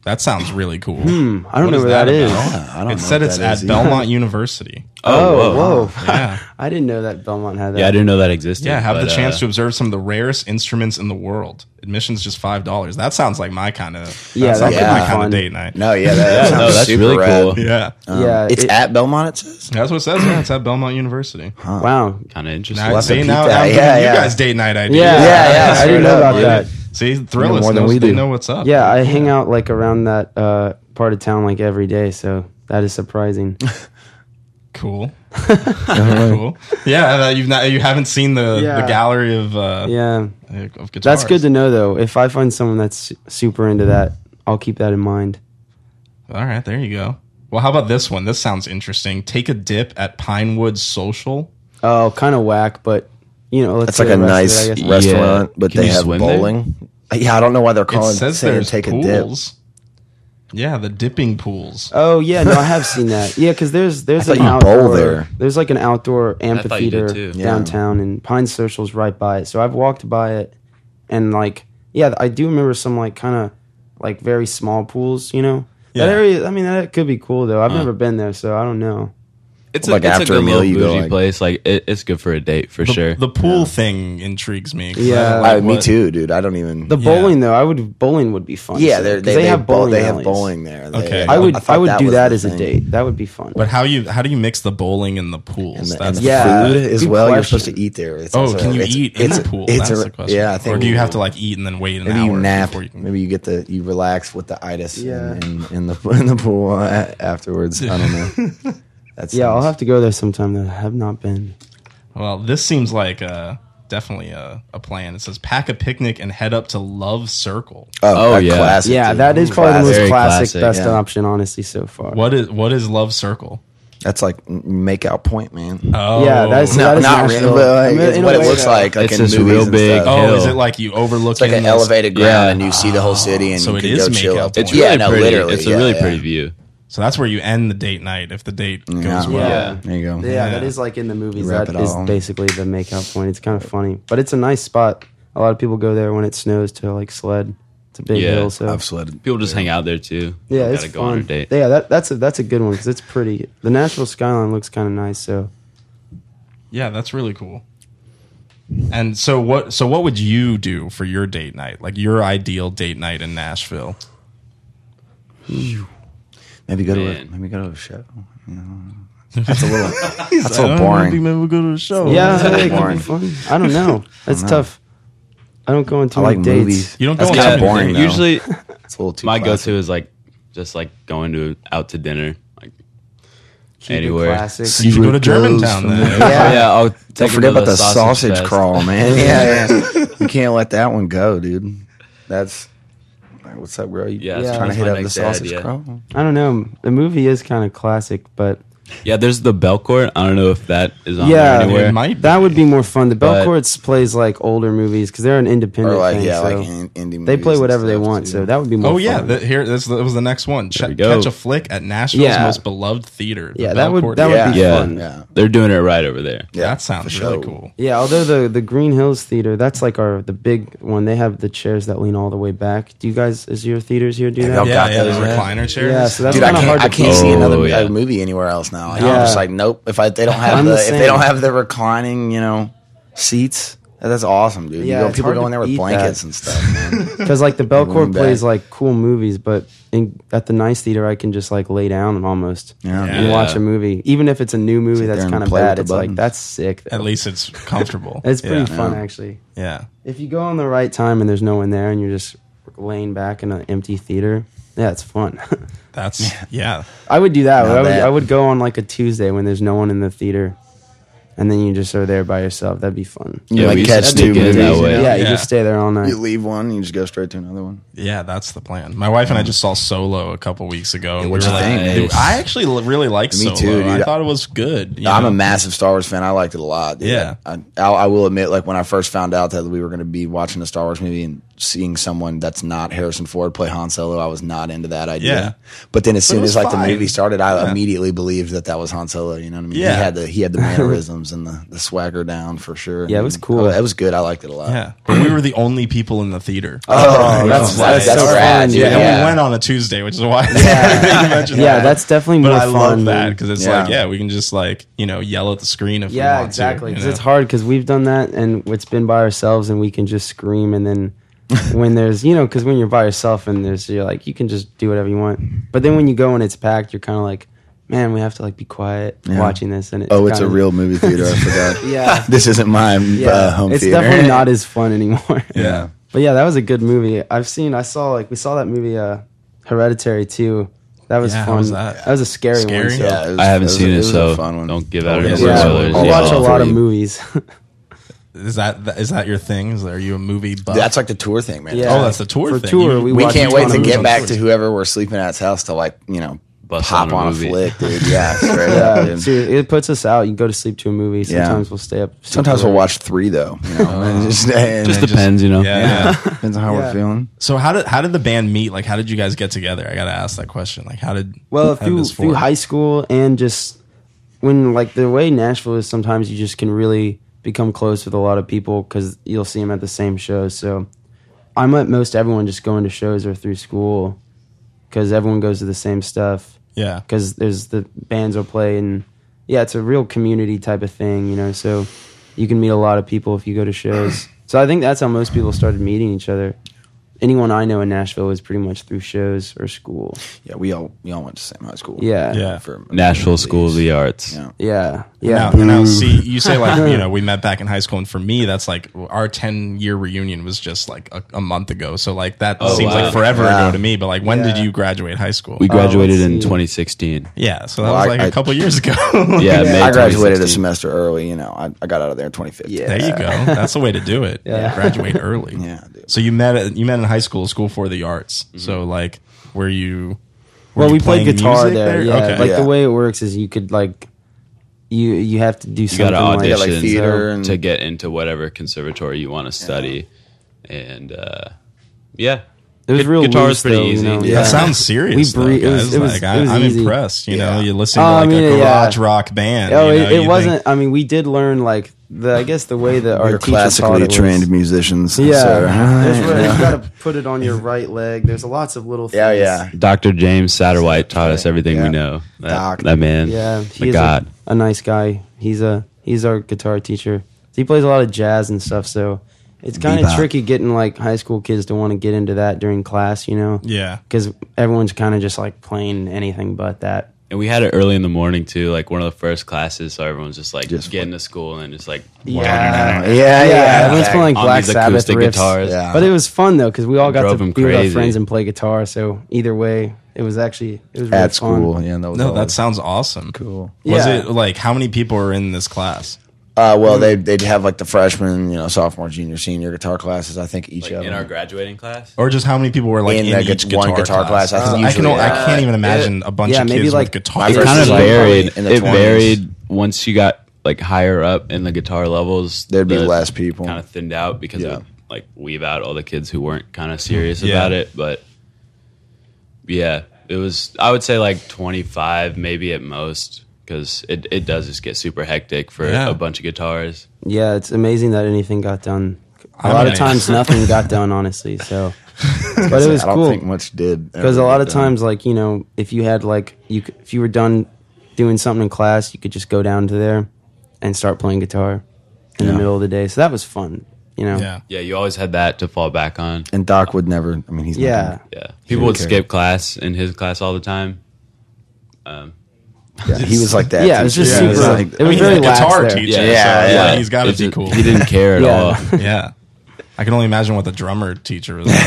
[SPEAKER 3] That sounds really cool.
[SPEAKER 7] Hmm. I don't know
[SPEAKER 3] is
[SPEAKER 7] where that is.
[SPEAKER 3] about?
[SPEAKER 6] Yeah, I don't
[SPEAKER 3] it
[SPEAKER 6] know
[SPEAKER 3] said
[SPEAKER 6] what
[SPEAKER 3] it's
[SPEAKER 6] that
[SPEAKER 3] at
[SPEAKER 6] is either.
[SPEAKER 3] Belmont University.
[SPEAKER 7] Oh,
[SPEAKER 5] whoa.
[SPEAKER 7] whoa!
[SPEAKER 3] Yeah.
[SPEAKER 7] (laughs) I didn't know that Belmont had that.
[SPEAKER 5] Yeah, I didn't know that existed.
[SPEAKER 3] Yeah, have
[SPEAKER 5] but,
[SPEAKER 3] the chance
[SPEAKER 5] uh,
[SPEAKER 3] to observe some of the rarest instruments in the world. Admission's just five dollars. That sounds like my kind of.
[SPEAKER 7] Yeah,
[SPEAKER 3] that sounds like
[SPEAKER 6] that could
[SPEAKER 3] my
[SPEAKER 6] be
[SPEAKER 3] kind of
[SPEAKER 7] fun.
[SPEAKER 3] date night.
[SPEAKER 6] No,
[SPEAKER 5] (laughs)
[SPEAKER 6] yeah, that, that
[SPEAKER 5] no,
[SPEAKER 6] sounds
[SPEAKER 5] that's
[SPEAKER 6] super
[SPEAKER 5] really
[SPEAKER 6] rad. Um,
[SPEAKER 5] cool.
[SPEAKER 3] Yeah,
[SPEAKER 7] yeah,
[SPEAKER 6] It's
[SPEAKER 7] it-
[SPEAKER 6] at Belmont. It says.
[SPEAKER 3] that's what it says. Yeah, it's at Belmont University.
[SPEAKER 7] wow.
[SPEAKER 5] Kind of interesting.
[SPEAKER 3] Now,
[SPEAKER 6] Let's
[SPEAKER 3] see,
[SPEAKER 6] repeat
[SPEAKER 3] now,
[SPEAKER 6] that.
[SPEAKER 3] now I'm giving
[SPEAKER 6] Yeah,
[SPEAKER 3] you
[SPEAKER 6] yeah.
[SPEAKER 3] guys date night ideas.
[SPEAKER 7] Yeah,
[SPEAKER 6] Yeah, yeah,
[SPEAKER 7] I
[SPEAKER 6] straight
[SPEAKER 7] didn't know
[SPEAKER 6] up,
[SPEAKER 7] about
[SPEAKER 6] dude.
[SPEAKER 7] that.
[SPEAKER 3] See, Thrillist
[SPEAKER 6] more than
[SPEAKER 3] knows,
[SPEAKER 6] we
[SPEAKER 3] they
[SPEAKER 6] do.
[SPEAKER 3] know what's up.
[SPEAKER 7] Yeah, I hang out like around that uh, part of town like every day, so that is surprising.
[SPEAKER 6] (laughs)
[SPEAKER 3] Cool. (laughs) cool. Yeah, uh, you've not you haven't seen the,
[SPEAKER 7] Yeah.
[SPEAKER 3] the gallery of uh,
[SPEAKER 7] yeah,
[SPEAKER 3] of guitars.
[SPEAKER 7] that's good to know though. If I find someone that's su- super into that, I'll keep that in mind.
[SPEAKER 3] All right, there you go. Well, how about this one? This sounds interesting. Take a dip at Pinewood Social.
[SPEAKER 7] Oh, kind of whack, but you know, let's
[SPEAKER 6] That's like
[SPEAKER 7] hear
[SPEAKER 6] a
[SPEAKER 7] the rest
[SPEAKER 6] nice
[SPEAKER 7] of it, I guess.
[SPEAKER 6] restaurant, but
[SPEAKER 5] Can
[SPEAKER 6] they
[SPEAKER 5] you
[SPEAKER 6] have
[SPEAKER 5] swim there?
[SPEAKER 6] bowling. Yeah, I don't know why they're
[SPEAKER 3] It
[SPEAKER 6] calling
[SPEAKER 3] says
[SPEAKER 6] saying
[SPEAKER 3] there's
[SPEAKER 6] take a dip.
[SPEAKER 3] pools. Yeah, the dipping pools.
[SPEAKER 7] Oh yeah, no, I have seen that. Yeah, because there's there's
[SPEAKER 6] (laughs) I
[SPEAKER 7] an
[SPEAKER 6] thought you bowl
[SPEAKER 7] outdoor
[SPEAKER 6] there.
[SPEAKER 7] there's like an outdoor
[SPEAKER 5] thought you did
[SPEAKER 7] amphitheater
[SPEAKER 5] too.
[SPEAKER 6] Yeah.
[SPEAKER 7] downtown, and Pine Social's right by it. So I've walked by it, and like yeah, I do remember some like kind of like very small pools. You know
[SPEAKER 3] Yeah.
[SPEAKER 7] that area. I mean, that could be cool though. I've never been there, so I don't know.
[SPEAKER 5] It's
[SPEAKER 6] Like,
[SPEAKER 5] a, it's
[SPEAKER 6] after
[SPEAKER 5] a
[SPEAKER 6] a
[SPEAKER 5] good
[SPEAKER 6] meal,
[SPEAKER 5] little
[SPEAKER 6] you go,
[SPEAKER 5] bougie
[SPEAKER 6] like-
[SPEAKER 5] place. Like it, it's good for a date for
[SPEAKER 3] The,
[SPEAKER 5] sure.
[SPEAKER 3] the pool thing intrigues me. 'cause I
[SPEAKER 7] Yeah.
[SPEAKER 3] don't
[SPEAKER 7] Like
[SPEAKER 6] I, Uh, me
[SPEAKER 3] what-
[SPEAKER 6] too, dude. I don't even.
[SPEAKER 7] The bowling though, I would bowling would be fun.
[SPEAKER 6] yeah,
[SPEAKER 7] so-
[SPEAKER 6] they're,
[SPEAKER 7] 'cause
[SPEAKER 6] they, they have bowling. They have
[SPEAKER 7] alleys.
[SPEAKER 6] bowling there. They-
[SPEAKER 3] Okay.
[SPEAKER 7] I would I,
[SPEAKER 6] thought
[SPEAKER 7] would do
[SPEAKER 6] was
[SPEAKER 7] that
[SPEAKER 6] the
[SPEAKER 7] as a
[SPEAKER 6] thing.
[SPEAKER 7] date. That would be fun.
[SPEAKER 3] But how you how do you mix the bowling and the pools?
[SPEAKER 6] And the, and
[SPEAKER 3] That's
[SPEAKER 6] the
[SPEAKER 3] the-
[SPEAKER 7] Yeah,
[SPEAKER 6] food as
[SPEAKER 7] good
[SPEAKER 6] well. You're supposed to
[SPEAKER 7] question.
[SPEAKER 6] eat there. It's
[SPEAKER 3] Oh,
[SPEAKER 6] also-
[SPEAKER 3] can you
[SPEAKER 6] it's-
[SPEAKER 3] eat in
[SPEAKER 6] it's-
[SPEAKER 3] the pool?
[SPEAKER 6] it's
[SPEAKER 3] That's
[SPEAKER 6] a-
[SPEAKER 3] the question.
[SPEAKER 6] Yeah, I think.
[SPEAKER 3] or do you have to like eat and then wait an
[SPEAKER 6] Maybe
[SPEAKER 3] hour
[SPEAKER 6] you nap.
[SPEAKER 3] before you can?
[SPEAKER 6] Maybe you get the you relax with the itis.
[SPEAKER 7] Yeah.
[SPEAKER 6] In, in, in the (laughs) in the pool a- afterwards. I don't know.
[SPEAKER 7] (laughs)
[SPEAKER 6] That's
[SPEAKER 7] yeah, I'll have to go there sometime. That I have not been.
[SPEAKER 3] Well, this seems like uh definitely a, a plan. It says pack a picnic and head up to Love Circle.
[SPEAKER 6] Oh,
[SPEAKER 5] Oh,
[SPEAKER 6] a
[SPEAKER 5] yeah.
[SPEAKER 6] classic,
[SPEAKER 7] Yeah,
[SPEAKER 6] dude.
[SPEAKER 7] that is probably
[SPEAKER 6] Classic.
[SPEAKER 7] the most
[SPEAKER 5] Very
[SPEAKER 7] classic,
[SPEAKER 5] classic,
[SPEAKER 7] best
[SPEAKER 6] yeah.
[SPEAKER 7] option, honestly, so far.
[SPEAKER 3] What is what is Love Circle?
[SPEAKER 6] That's like make out point, man.
[SPEAKER 3] Oh,
[SPEAKER 7] Yeah, that's-
[SPEAKER 6] No,
[SPEAKER 7] That is
[SPEAKER 6] not really.
[SPEAKER 7] Nashville.
[SPEAKER 6] But like,
[SPEAKER 7] I mean,
[SPEAKER 6] it's
[SPEAKER 7] in a
[SPEAKER 6] what it
[SPEAKER 7] way,
[SPEAKER 6] looks
[SPEAKER 7] though.
[SPEAKER 6] like, like
[SPEAKER 5] It's
[SPEAKER 6] in
[SPEAKER 5] this
[SPEAKER 6] movies
[SPEAKER 5] real
[SPEAKER 6] and
[SPEAKER 5] big
[SPEAKER 6] stuff.
[SPEAKER 3] Oh,
[SPEAKER 5] hill.
[SPEAKER 3] is it like you overlook
[SPEAKER 6] It's like an
[SPEAKER 3] this-
[SPEAKER 6] elevated ground,
[SPEAKER 5] Yeah.
[SPEAKER 6] and you see the whole city, and
[SPEAKER 3] So
[SPEAKER 6] you
[SPEAKER 3] it
[SPEAKER 6] can
[SPEAKER 3] is
[SPEAKER 6] go
[SPEAKER 3] make
[SPEAKER 6] chill.
[SPEAKER 3] out
[SPEAKER 5] it's
[SPEAKER 3] Yeah,
[SPEAKER 5] really pretty. it's a really pretty view.
[SPEAKER 3] So that's where you end the date night if the date goes
[SPEAKER 6] Yeah.
[SPEAKER 3] well.
[SPEAKER 7] Yeah.
[SPEAKER 6] There you go.
[SPEAKER 7] Yeah, that is like in the movies.
[SPEAKER 6] Wrap
[SPEAKER 7] That
[SPEAKER 6] it
[SPEAKER 7] is
[SPEAKER 6] all.
[SPEAKER 7] basically the makeout point. It's kind of funny, but it's a nice spot. A lot of people go there when it snows to like sled. It's a big
[SPEAKER 5] Yeah,
[SPEAKER 7] hill, so
[SPEAKER 6] I've sledded.
[SPEAKER 5] People just hang out there too.
[SPEAKER 7] yeah,
[SPEAKER 5] Gotta
[SPEAKER 7] it's
[SPEAKER 5] go on a
[SPEAKER 7] fun.
[SPEAKER 5] date.
[SPEAKER 7] Yeah, that, that's a that's a good one because it's pretty. The Nashville skyline looks kind of nice. So
[SPEAKER 3] Yeah, that's really cool. And so what so what would you do for your date night? Like your ideal date night in Nashville?
[SPEAKER 6] Maybe go to a,
[SPEAKER 5] Man.
[SPEAKER 6] maybe go to a show. You know. That's a little. that's a little
[SPEAKER 3] Uh, Maybe,
[SPEAKER 6] Oh, boring.
[SPEAKER 3] maybe we'll go to a show.
[SPEAKER 7] yeah,
[SPEAKER 6] that's
[SPEAKER 7] it could
[SPEAKER 6] Oh, boring.
[SPEAKER 7] be fun. I don't
[SPEAKER 6] (laughs)
[SPEAKER 7] know. It's tough. I don't go
[SPEAKER 6] I
[SPEAKER 7] on too
[SPEAKER 6] like
[SPEAKER 7] many dates.
[SPEAKER 6] movies.
[SPEAKER 3] You don't
[SPEAKER 6] That's
[SPEAKER 3] go on
[SPEAKER 6] kinda
[SPEAKER 3] that many
[SPEAKER 6] boring.
[SPEAKER 3] dates.
[SPEAKER 6] though.
[SPEAKER 5] Usually,
[SPEAKER 6] it's a little too.
[SPEAKER 5] my
[SPEAKER 6] classic.
[SPEAKER 5] go-to is like just like going to out to dinner, like
[SPEAKER 7] Keep it
[SPEAKER 5] anywhere.
[SPEAKER 7] classic.
[SPEAKER 3] You should go to
[SPEAKER 6] Secret goes
[SPEAKER 3] Germantown
[SPEAKER 6] from
[SPEAKER 3] then.
[SPEAKER 6] there.
[SPEAKER 5] Oh, yeah, I'll take
[SPEAKER 6] Don't
[SPEAKER 5] them
[SPEAKER 6] forget
[SPEAKER 5] to
[SPEAKER 6] about the sausage,
[SPEAKER 5] fest.
[SPEAKER 6] crawl, man. yeah, yeah. you can't let that one go, dude. That's like, what's up, bro? You
[SPEAKER 5] Yeah,
[SPEAKER 7] Yeah.
[SPEAKER 5] yeah.
[SPEAKER 6] trying to hit up the sausage
[SPEAKER 5] idea.
[SPEAKER 6] crawl?
[SPEAKER 7] I don't know. The movie is kind of classic, but
[SPEAKER 5] Yeah, there's the Bell Court. I don't know if that is on
[SPEAKER 7] Yeah.
[SPEAKER 5] there
[SPEAKER 3] It
[SPEAKER 5] anywhere.
[SPEAKER 3] might
[SPEAKER 7] that would be more fun. The
[SPEAKER 5] But-
[SPEAKER 7] Belcourts plays like older movies because they're an independent
[SPEAKER 6] Or like
[SPEAKER 7] thing.
[SPEAKER 6] yeah,
[SPEAKER 7] so
[SPEAKER 6] like in, indie.
[SPEAKER 7] they play
[SPEAKER 6] movies and
[SPEAKER 7] whatever they
[SPEAKER 6] stuff,
[SPEAKER 7] want.
[SPEAKER 6] too.
[SPEAKER 7] So that would be more.
[SPEAKER 3] Oh yeah,
[SPEAKER 7] fun.
[SPEAKER 3] th- here this, that was the next one. Ch-
[SPEAKER 5] we go.
[SPEAKER 3] catch a flick at Nashville's
[SPEAKER 7] Yeah.
[SPEAKER 3] most beloved theater. the
[SPEAKER 7] yeah, that
[SPEAKER 3] Bell
[SPEAKER 7] would
[SPEAKER 3] Court
[SPEAKER 7] that
[SPEAKER 3] Theater.
[SPEAKER 7] would be
[SPEAKER 5] Yeah.
[SPEAKER 7] fun. Yeah.
[SPEAKER 6] yeah,
[SPEAKER 5] They're doing it right over there.
[SPEAKER 6] yeah,
[SPEAKER 3] that
[SPEAKER 6] for
[SPEAKER 3] sounds
[SPEAKER 6] sure.
[SPEAKER 3] really cool.
[SPEAKER 7] although the the Green Hills Theater, that's like our the big one. They have the chairs that lean all the way back. Do you guys is your theaters here do
[SPEAKER 6] Have
[SPEAKER 7] that? (laughs)
[SPEAKER 6] y'all
[SPEAKER 3] Yeah,
[SPEAKER 6] got
[SPEAKER 3] yeah,
[SPEAKER 6] those,
[SPEAKER 3] the
[SPEAKER 6] yeah.
[SPEAKER 3] recliner chairs.
[SPEAKER 7] Yeah, so that's
[SPEAKER 6] Dude, I
[SPEAKER 7] kinda
[SPEAKER 6] can't.
[SPEAKER 7] hard
[SPEAKER 6] I
[SPEAKER 7] to
[SPEAKER 6] can't see
[SPEAKER 5] Oh,
[SPEAKER 6] another
[SPEAKER 5] yeah.
[SPEAKER 6] uh, movie anywhere else now. Like,
[SPEAKER 7] Yeah.
[SPEAKER 6] I'm just like, nope. If I they don't have
[SPEAKER 7] I'm
[SPEAKER 6] the,
[SPEAKER 7] the
[SPEAKER 6] if
[SPEAKER 7] same.
[SPEAKER 6] they don't have the reclining, you know, seats. That's awesome, dude.
[SPEAKER 7] Yeah,
[SPEAKER 6] you go,
[SPEAKER 7] it's
[SPEAKER 6] people
[SPEAKER 7] hard
[SPEAKER 6] go
[SPEAKER 7] to
[SPEAKER 6] in there with
[SPEAKER 7] beat that.
[SPEAKER 6] blankets and stuff.
[SPEAKER 7] (laughs)
[SPEAKER 6] Man.
[SPEAKER 7] Because like the Belcourt
[SPEAKER 6] Lean back.
[SPEAKER 7] plays like cool movies, but in, at the Nice Theater, I can just like lay down and almost
[SPEAKER 6] Yeah.
[SPEAKER 7] and
[SPEAKER 5] Yeah.
[SPEAKER 7] watch a movie, even if it's a new movie
[SPEAKER 6] Sit
[SPEAKER 7] that's
[SPEAKER 6] there and
[SPEAKER 7] kind of
[SPEAKER 6] play with
[SPEAKER 7] bad.
[SPEAKER 6] the
[SPEAKER 7] It's like
[SPEAKER 6] buttons.
[SPEAKER 7] that's sick. though.
[SPEAKER 3] At least (laughs) it's comfortable.
[SPEAKER 7] It's pretty
[SPEAKER 3] yeah.
[SPEAKER 7] fun actually.
[SPEAKER 3] Yeah.
[SPEAKER 7] If you go on the right time and there's no one there and you're just laying back in an empty theater, yeah, it's fun. (laughs)
[SPEAKER 3] That's yeah.
[SPEAKER 7] I would do that.
[SPEAKER 6] Not
[SPEAKER 7] I would,
[SPEAKER 6] bad.
[SPEAKER 7] I would go on like a Tuesday when there's no one in the theater, and then you just are there by yourself. That'd be fun.
[SPEAKER 6] You
[SPEAKER 5] Yeah,
[SPEAKER 6] like
[SPEAKER 5] we used
[SPEAKER 6] catch
[SPEAKER 5] to
[SPEAKER 6] two
[SPEAKER 5] do it
[SPEAKER 6] movies.
[SPEAKER 5] that
[SPEAKER 6] you
[SPEAKER 5] way.
[SPEAKER 6] know?
[SPEAKER 7] Yeah, you
[SPEAKER 3] Yeah.
[SPEAKER 7] just stay there all night.
[SPEAKER 6] You leave one, and you just go straight to another one.
[SPEAKER 3] Yeah, that's the plan. My wife and I just saw Solo a couple weeks ago, and we were
[SPEAKER 6] what'd you
[SPEAKER 3] like,
[SPEAKER 6] think?
[SPEAKER 3] dude, "I actually l- really like
[SPEAKER 6] Me
[SPEAKER 3] Solo.
[SPEAKER 6] too, dude.
[SPEAKER 3] I thought it was good." you
[SPEAKER 6] I'm
[SPEAKER 3] know?
[SPEAKER 6] a massive Star Wars fan. I liked it a lot. dude.
[SPEAKER 3] Yeah.
[SPEAKER 6] I, I, I will admit, like when I first found out that we were going to be watching a Star Wars movie and seeing someone that's not Harrison Ford play Han Solo, I was not into that idea.
[SPEAKER 3] Yeah.
[SPEAKER 6] But then as
[SPEAKER 3] But it
[SPEAKER 6] soon
[SPEAKER 3] was
[SPEAKER 6] as like
[SPEAKER 3] fine.
[SPEAKER 6] the movie started, I
[SPEAKER 3] Yeah.
[SPEAKER 6] immediately believed that that was Han Solo. You know what I mean?
[SPEAKER 3] Yeah.
[SPEAKER 6] He had the he had the mannerisms and the, the swagger down for sure.
[SPEAKER 7] Yeah, it was
[SPEAKER 6] And,
[SPEAKER 7] cool.
[SPEAKER 6] oh, It was good. I liked it a lot. (laughs)
[SPEAKER 3] yeah, but we were the only people in the theater.
[SPEAKER 6] Oh,
[SPEAKER 3] that's-
[SPEAKER 6] that's that's,
[SPEAKER 3] that's so
[SPEAKER 6] rad.
[SPEAKER 7] fun,
[SPEAKER 6] dude.
[SPEAKER 3] yeah,
[SPEAKER 7] yeah.
[SPEAKER 3] and we went on a Tuesday, which is why. you mentioned
[SPEAKER 7] Yeah,
[SPEAKER 3] that.
[SPEAKER 7] that's definitely
[SPEAKER 3] But
[SPEAKER 7] more
[SPEAKER 3] I
[SPEAKER 7] fun.
[SPEAKER 3] love that
[SPEAKER 7] than-
[SPEAKER 3] because it's
[SPEAKER 6] Yeah.
[SPEAKER 3] like, yeah, we can just like you know yell at the screen if we
[SPEAKER 7] Yeah,
[SPEAKER 3] want To,
[SPEAKER 7] exactly.
[SPEAKER 3] you
[SPEAKER 7] 'Cause
[SPEAKER 3] know?
[SPEAKER 7] it's hard because we've done that and it's been by ourselves and we can just scream and then when there's you know because when you're by yourself and there's you're like you can just do whatever you want. But then when you go and it's packed, you're kind of like, man, we have to like be quiet watching this. And it's
[SPEAKER 6] Oh, it's a
[SPEAKER 7] kinda-
[SPEAKER 6] real movie theater. I forgot. (laughs)
[SPEAKER 7] (laughs) Yeah.
[SPEAKER 6] This isn't my
[SPEAKER 7] yeah.
[SPEAKER 6] uh, home
[SPEAKER 7] it's
[SPEAKER 6] theater. (laughs)
[SPEAKER 7] definitely not as fun anymore.
[SPEAKER 3] Yeah.
[SPEAKER 7] But yeah, that was a good movie. I've seen. I saw like we saw that movie, uh, Hereditary too. That was
[SPEAKER 3] Yeah, how
[SPEAKER 7] fun.
[SPEAKER 3] was that?
[SPEAKER 7] was a scary,
[SPEAKER 3] Scary?
[SPEAKER 7] one. So.
[SPEAKER 6] Yeah, it was-
[SPEAKER 5] I haven't
[SPEAKER 6] was-
[SPEAKER 5] seen it,
[SPEAKER 6] was a
[SPEAKER 5] so
[SPEAKER 6] fun one.
[SPEAKER 5] don't give out
[SPEAKER 6] Oh,
[SPEAKER 5] any
[SPEAKER 6] yeah.
[SPEAKER 5] spoilers.
[SPEAKER 7] Yeah,
[SPEAKER 5] Spoilers,
[SPEAKER 7] we (laughs)
[SPEAKER 5] yeah.
[SPEAKER 7] watch a lot of
[SPEAKER 6] Three.
[SPEAKER 7] movies.
[SPEAKER 3] Is that that- is that your thing? Is there, are you a movie buff?
[SPEAKER 6] That's like the tour thing, man.
[SPEAKER 7] Yeah.
[SPEAKER 3] oh, that's the tour
[SPEAKER 7] For
[SPEAKER 3] thing.
[SPEAKER 7] tour,
[SPEAKER 3] You-
[SPEAKER 7] we
[SPEAKER 6] we
[SPEAKER 7] watch
[SPEAKER 6] can't
[SPEAKER 7] a
[SPEAKER 6] wait
[SPEAKER 7] ton
[SPEAKER 6] to
[SPEAKER 7] of
[SPEAKER 6] get
[SPEAKER 7] movies.
[SPEAKER 6] back to whoever we're sleeping at's house to like you know
[SPEAKER 5] Bust
[SPEAKER 6] pop
[SPEAKER 5] on a
[SPEAKER 6] on a,
[SPEAKER 5] movie.
[SPEAKER 6] flick, dude.
[SPEAKER 5] (laughs)
[SPEAKER 6] Yeah, straight up.
[SPEAKER 7] (laughs) Yeah,
[SPEAKER 6] dude.
[SPEAKER 7] seriously, it puts us out. You go to sleep to a movie.
[SPEAKER 6] Yeah.
[SPEAKER 7] Sometimes we'll stay up. super
[SPEAKER 6] Sometimes we'll
[SPEAKER 7] late.
[SPEAKER 6] watch three though. You know, and just, (laughs) and
[SPEAKER 5] Just
[SPEAKER 6] then
[SPEAKER 5] depends, you know.
[SPEAKER 3] Yeah.
[SPEAKER 6] (laughs)
[SPEAKER 3] yeah.
[SPEAKER 6] depends on how
[SPEAKER 7] Oh. Yeah.
[SPEAKER 6] we're feeling.
[SPEAKER 3] so how did how did the band meet? Like, how did you guys get together? I gotta ask that question. Like, how did
[SPEAKER 7] Well,
[SPEAKER 3] how did
[SPEAKER 7] through
[SPEAKER 3] this
[SPEAKER 7] through
[SPEAKER 3] form?
[SPEAKER 7] high school and just when like the way Nashville is, sometimes you just can really become close with a lot of people because you'll see them at the same shows. So I'm at most everyone just going to shows or through school because everyone goes to the same stuff
[SPEAKER 3] yeah.
[SPEAKER 7] because there's the bands will play and yeah, it's a real community type of thing, you know. So you can meet a lot of people if you go
[SPEAKER 3] (clears throat)
[SPEAKER 7] to shows. So I think that's how most people started meeting each other. Anyone I know in Nashville is pretty much through shows or school.
[SPEAKER 6] Yeah, we all we all went to the same high school.
[SPEAKER 7] Yeah.
[SPEAKER 3] Yeah.
[SPEAKER 6] for
[SPEAKER 5] Nashville School of the Arts.
[SPEAKER 6] Yeah.
[SPEAKER 7] Yeah.
[SPEAKER 3] Yeah.
[SPEAKER 7] Yeah.
[SPEAKER 3] Now, now, see, you say
[SPEAKER 7] (laughs)
[SPEAKER 3] like you know we met back in high school, and for me, that's like our ten year reunion was just like a, a month ago. So like that
[SPEAKER 5] Oh,
[SPEAKER 3] seems
[SPEAKER 5] wow.
[SPEAKER 3] like forever
[SPEAKER 6] Yeah.
[SPEAKER 3] ago to me. But like, when did
[SPEAKER 7] Yeah.
[SPEAKER 3] you graduate high school?
[SPEAKER 6] Uh,
[SPEAKER 5] We graduated in
[SPEAKER 7] see.
[SPEAKER 5] 2016.
[SPEAKER 3] yeah, so that
[SPEAKER 6] Well,
[SPEAKER 3] was
[SPEAKER 6] I-
[SPEAKER 3] like a
[SPEAKER 6] I-
[SPEAKER 3] couple years
[SPEAKER 7] (laughs)
[SPEAKER 3] ago. (laughs)
[SPEAKER 5] Yeah, May
[SPEAKER 6] I graduated a
[SPEAKER 5] 2016.
[SPEAKER 6] semester early. You know, I, I got out of there in 2015.
[SPEAKER 7] Yeah.
[SPEAKER 3] there you go. That's the way to do it.
[SPEAKER 7] Yeah.
[SPEAKER 3] graduate early.
[SPEAKER 6] Yeah, dude. Mm-hmm.
[SPEAKER 3] So you met at, you met in high school, school for the arts. So like, were you? were
[SPEAKER 7] Well,
[SPEAKER 3] you
[SPEAKER 7] we played
[SPEAKER 3] playing
[SPEAKER 7] guitar
[SPEAKER 3] music
[SPEAKER 7] there. Yeah.
[SPEAKER 3] Okay.
[SPEAKER 7] Like
[SPEAKER 6] Yeah.
[SPEAKER 7] the way it works is you could like you you have to do
[SPEAKER 5] You
[SPEAKER 7] something
[SPEAKER 5] got to
[SPEAKER 7] like,
[SPEAKER 5] audition
[SPEAKER 6] like theater and-
[SPEAKER 5] to get into whatever conservatory you want to study, and uh, yeah,
[SPEAKER 7] It was
[SPEAKER 5] Gu-
[SPEAKER 7] real
[SPEAKER 5] guitar is
[SPEAKER 7] loose,
[SPEAKER 5] pretty
[SPEAKER 7] though, you
[SPEAKER 5] easy.
[SPEAKER 7] know?
[SPEAKER 5] Yeah.
[SPEAKER 3] That
[SPEAKER 7] Yeah.
[SPEAKER 3] sounds serious.
[SPEAKER 7] Uh, We
[SPEAKER 3] though,
[SPEAKER 7] bre- it was-
[SPEAKER 3] guys.
[SPEAKER 7] it was-
[SPEAKER 3] like,
[SPEAKER 7] it was
[SPEAKER 3] I, I'm
[SPEAKER 7] easy.
[SPEAKER 3] impressed. You know,
[SPEAKER 6] Yeah.
[SPEAKER 3] you listen to
[SPEAKER 7] Oh, I
[SPEAKER 3] like
[SPEAKER 7] mean,
[SPEAKER 3] a
[SPEAKER 7] yeah.
[SPEAKER 3] garage rock band. you
[SPEAKER 7] Oh,
[SPEAKER 3] know,
[SPEAKER 7] it,
[SPEAKER 3] you
[SPEAKER 7] it
[SPEAKER 3] think-
[SPEAKER 7] wasn't. I mean, we did learn like the I guess the way that
[SPEAKER 6] We
[SPEAKER 7] our
[SPEAKER 6] We're
[SPEAKER 7] teacher taught
[SPEAKER 6] classically
[SPEAKER 7] it was-
[SPEAKER 6] trained musicians. (laughs)
[SPEAKER 7] Yeah,
[SPEAKER 6] so-
[SPEAKER 7] That's where you got to put it on your right leg. There's lots of little. Things.
[SPEAKER 6] yeah, yeah.
[SPEAKER 5] Dr. James Satterwhite taught us everything
[SPEAKER 6] Yeah.
[SPEAKER 5] we know. That,
[SPEAKER 6] Doc.
[SPEAKER 5] that man,
[SPEAKER 7] yeah.
[SPEAKER 5] the
[SPEAKER 7] He's a,
[SPEAKER 5] God.
[SPEAKER 7] a nice guy. He's a he's our guitar teacher. He plays a lot of jazz and stuff, so it's kind of
[SPEAKER 6] Bebop.
[SPEAKER 7] tricky getting like high school kids to want to get into that during class, you know?
[SPEAKER 3] Yeah.
[SPEAKER 7] because everyone's kind of just like playing anything but that.
[SPEAKER 5] and we had it early in the morning too, like one of the first classes. So everyone's just like
[SPEAKER 6] Just
[SPEAKER 5] getting to school and just like
[SPEAKER 7] Yeah,
[SPEAKER 6] Yeah, yeah.
[SPEAKER 7] everyone's playing like
[SPEAKER 5] On
[SPEAKER 7] Black
[SPEAKER 5] these
[SPEAKER 7] Sabbath
[SPEAKER 5] acoustic
[SPEAKER 7] riffs.
[SPEAKER 5] guitars.
[SPEAKER 6] Yeah.
[SPEAKER 7] But it was fun though because we all got
[SPEAKER 5] Drove
[SPEAKER 7] to
[SPEAKER 5] him
[SPEAKER 7] be with our
[SPEAKER 5] crazy.
[SPEAKER 7] friends and play guitar. So either way, it was actually it was really
[SPEAKER 6] At
[SPEAKER 7] fun.
[SPEAKER 6] school. Yeah, that was
[SPEAKER 3] No,
[SPEAKER 6] all-
[SPEAKER 3] that sounds awesome.
[SPEAKER 6] cool.
[SPEAKER 3] Was
[SPEAKER 7] Yeah.
[SPEAKER 3] it like how many people were in this class?
[SPEAKER 6] Uh, well, they they'd have like the freshman, you know, sophomore, junior, senior guitar classes. I think each
[SPEAKER 5] like
[SPEAKER 6] of
[SPEAKER 5] in
[SPEAKER 6] them.
[SPEAKER 5] our graduating class.
[SPEAKER 3] Or just how many people were like
[SPEAKER 6] In
[SPEAKER 3] in,
[SPEAKER 6] the
[SPEAKER 3] each
[SPEAKER 6] gu- one guitar class, I think
[SPEAKER 3] I, can,
[SPEAKER 6] usually,
[SPEAKER 3] I
[SPEAKER 6] yeah.
[SPEAKER 3] can't even imagine a bunch
[SPEAKER 7] yeah,
[SPEAKER 3] of
[SPEAKER 7] maybe,
[SPEAKER 3] kids
[SPEAKER 7] like,
[SPEAKER 3] with guitars.
[SPEAKER 5] it
[SPEAKER 6] versus,
[SPEAKER 5] kind of
[SPEAKER 6] like,
[SPEAKER 5] varied.
[SPEAKER 6] probably in the
[SPEAKER 5] It
[SPEAKER 6] 20s.
[SPEAKER 5] varied once you got like higher up in the guitar levels.
[SPEAKER 6] There'd be less people.
[SPEAKER 5] Kind of thinned out because
[SPEAKER 6] Yeah.
[SPEAKER 5] it would, like weave out all the kids who weren't kind of serious
[SPEAKER 3] Yeah.
[SPEAKER 5] about it. But yeah, it was. I would say like twenty five, maybe at most, because it it does just get super hectic for
[SPEAKER 3] Yeah.
[SPEAKER 5] a bunch of guitars.
[SPEAKER 7] Yeah, it's amazing that anything got done. A
[SPEAKER 3] I'm
[SPEAKER 7] lot
[SPEAKER 3] amazed.
[SPEAKER 7] of times, nothing got done.
[SPEAKER 5] (laughs)
[SPEAKER 7] Honestly, so but it was
[SPEAKER 6] I don't
[SPEAKER 7] cool.
[SPEAKER 6] think much did
[SPEAKER 7] because a lot of times like you know if you had like you c- if you were done doing something in class you could just go down to there and start playing guitar in the
[SPEAKER 6] Yeah.
[SPEAKER 7] middle of the day so that was fun you know
[SPEAKER 3] Yeah.
[SPEAKER 5] Yeah, you always had that to fall back on.
[SPEAKER 6] and Doc would never. I mean, he's not
[SPEAKER 7] yeah
[SPEAKER 6] (laughs) gonna-
[SPEAKER 5] Yeah, people would skip class in his class all the time.
[SPEAKER 6] yeah, he was like that.
[SPEAKER 7] Yeah, it was
[SPEAKER 6] teacher.
[SPEAKER 7] just
[SPEAKER 6] He was
[SPEAKER 7] super-
[SPEAKER 6] like-
[SPEAKER 7] it was
[SPEAKER 3] I mean,
[SPEAKER 7] very
[SPEAKER 3] he's a guitar
[SPEAKER 7] lax there.
[SPEAKER 3] teacher.
[SPEAKER 5] Yeah,
[SPEAKER 3] so,
[SPEAKER 6] yeah.
[SPEAKER 3] like, he's got to
[SPEAKER 5] It's
[SPEAKER 3] be
[SPEAKER 5] just-
[SPEAKER 3] cool.
[SPEAKER 5] He didn't care at
[SPEAKER 7] Yeah.
[SPEAKER 5] all.
[SPEAKER 3] Yeah. I can only imagine what the drummer teacher was like. you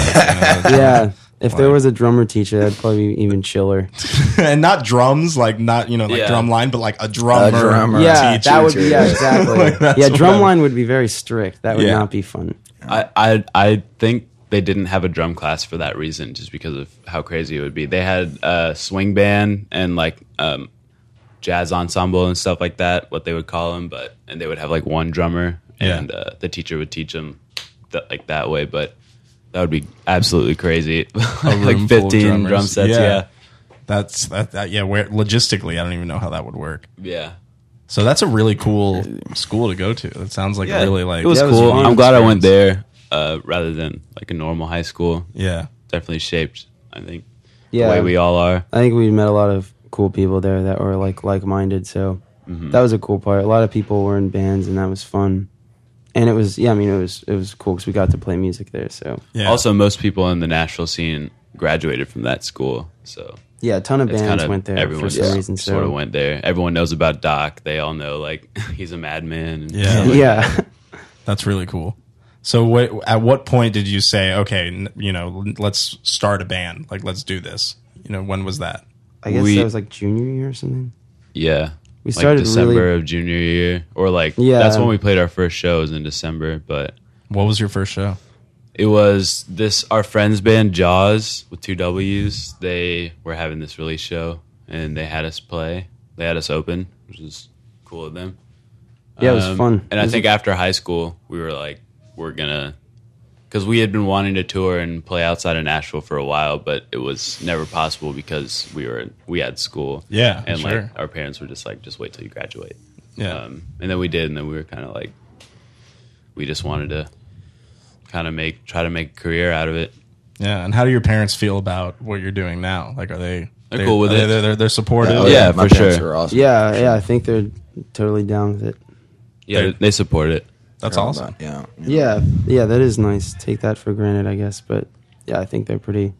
[SPEAKER 3] know,
[SPEAKER 7] yeah if there
[SPEAKER 3] Wow.
[SPEAKER 7] was a drummer teacher that'd probably be even chiller
[SPEAKER 3] (laughs) and not drums, like not, you know, like
[SPEAKER 5] Yeah.
[SPEAKER 3] drum line, but like a drummer.
[SPEAKER 6] drummer. Or
[SPEAKER 7] yeah
[SPEAKER 3] teacher.
[SPEAKER 7] that would be yeah (laughs)
[SPEAKER 6] teacher.
[SPEAKER 7] exactly
[SPEAKER 3] Like, that's
[SPEAKER 7] yeah
[SPEAKER 3] what
[SPEAKER 7] drumline would be very strict that would
[SPEAKER 3] Yeah.
[SPEAKER 7] not be fun
[SPEAKER 5] I, I I think they didn't have a drum class for that reason, just because of how crazy it would be. They had a swing band and like um, jazz ensemble and stuff like that, what they would call them. But and they would have like one drummer,
[SPEAKER 3] Yeah.
[SPEAKER 5] and uh, the teacher would teach them th- like that way. But that would be absolutely crazy, (laughs)
[SPEAKER 3] room
[SPEAKER 5] like
[SPEAKER 3] full of
[SPEAKER 5] fifteen drum
[SPEAKER 3] drummers.
[SPEAKER 5] sets.
[SPEAKER 3] Yeah.
[SPEAKER 5] Yeah,
[SPEAKER 3] That's that, that yeah, where logistically, I don't even know how that would work.
[SPEAKER 5] yeah.
[SPEAKER 3] So that's a really cool school to go to. It sounds like a really like
[SPEAKER 5] it was
[SPEAKER 7] that was a
[SPEAKER 5] cool.
[SPEAKER 7] fun
[SPEAKER 5] I'm glad I went there uh, rather than like a normal high school.
[SPEAKER 3] yeah.
[SPEAKER 5] Definitely shaped, I think,
[SPEAKER 7] yeah
[SPEAKER 5] the way we all are.
[SPEAKER 7] I think we met a lot of cool people there that were like like minded. So that was a cool part. A lot of people were in bands, and that was fun. And it was yeah, I mean it was it was cool because we got to play music there. So
[SPEAKER 3] Yeah.
[SPEAKER 5] Also, most people in the Nashville scene graduated from that school, so
[SPEAKER 7] yeah, a ton of
[SPEAKER 5] it's kind
[SPEAKER 7] bands
[SPEAKER 5] of
[SPEAKER 7] went there
[SPEAKER 5] everyone
[SPEAKER 7] for some
[SPEAKER 5] just
[SPEAKER 7] reason. So
[SPEAKER 5] sort of went there. Everyone knows about Doc. They all know like (laughs) he's a madman. and-
[SPEAKER 3] Yeah.
[SPEAKER 7] (laughs) yeah,
[SPEAKER 3] That's really cool. So, what, at what point did you say, okay, n- you know, let's start a band, like let's do this? You know, when was that?
[SPEAKER 7] I guess
[SPEAKER 5] We-
[SPEAKER 7] that was like junior year or something.
[SPEAKER 5] yeah.
[SPEAKER 7] We
[SPEAKER 5] like
[SPEAKER 7] started
[SPEAKER 5] December
[SPEAKER 7] really.
[SPEAKER 5] of junior year, or like
[SPEAKER 7] Yeah.
[SPEAKER 5] that's when we played our first shows in December. But
[SPEAKER 3] What was your first show?
[SPEAKER 5] it was this our friends band Jaws with two W's. They were having this release show, and they had us play. They had us open, which was cool of them.
[SPEAKER 7] Yeah, it was
[SPEAKER 5] Um,
[SPEAKER 7] fun.
[SPEAKER 5] And
[SPEAKER 7] It
[SPEAKER 5] I
[SPEAKER 7] was
[SPEAKER 5] think after high school, we were like, we're gonna, because we had been wanting to tour and play outside of Nashville for a while, but it was never possible because we were we had school.
[SPEAKER 3] Yeah,
[SPEAKER 5] and
[SPEAKER 3] sure.
[SPEAKER 5] like our parents were just like, just wait till you graduate.
[SPEAKER 3] Yeah.
[SPEAKER 5] Um, and then we did, and then we were kind of like, we just wanted to kind of make try to make a career out of it.
[SPEAKER 3] yeah. And how do your parents feel about what you're doing now? Like, are they
[SPEAKER 5] They're cool with
[SPEAKER 3] are they-
[SPEAKER 5] it.
[SPEAKER 3] They're, they're, they're supportive.
[SPEAKER 6] Oh,
[SPEAKER 5] Yeah,
[SPEAKER 6] my
[SPEAKER 5] for
[SPEAKER 6] parents
[SPEAKER 5] sure.
[SPEAKER 6] Were awesome.
[SPEAKER 7] yeah, yeah. I think they're totally down with it.
[SPEAKER 5] Yeah, they, they support it.
[SPEAKER 3] That's
[SPEAKER 6] They're all
[SPEAKER 3] awesome.
[SPEAKER 6] about- Yeah.
[SPEAKER 7] Yeah, yeah. That is nice. Take that for granted, I guess. But yeah, I think they're pretty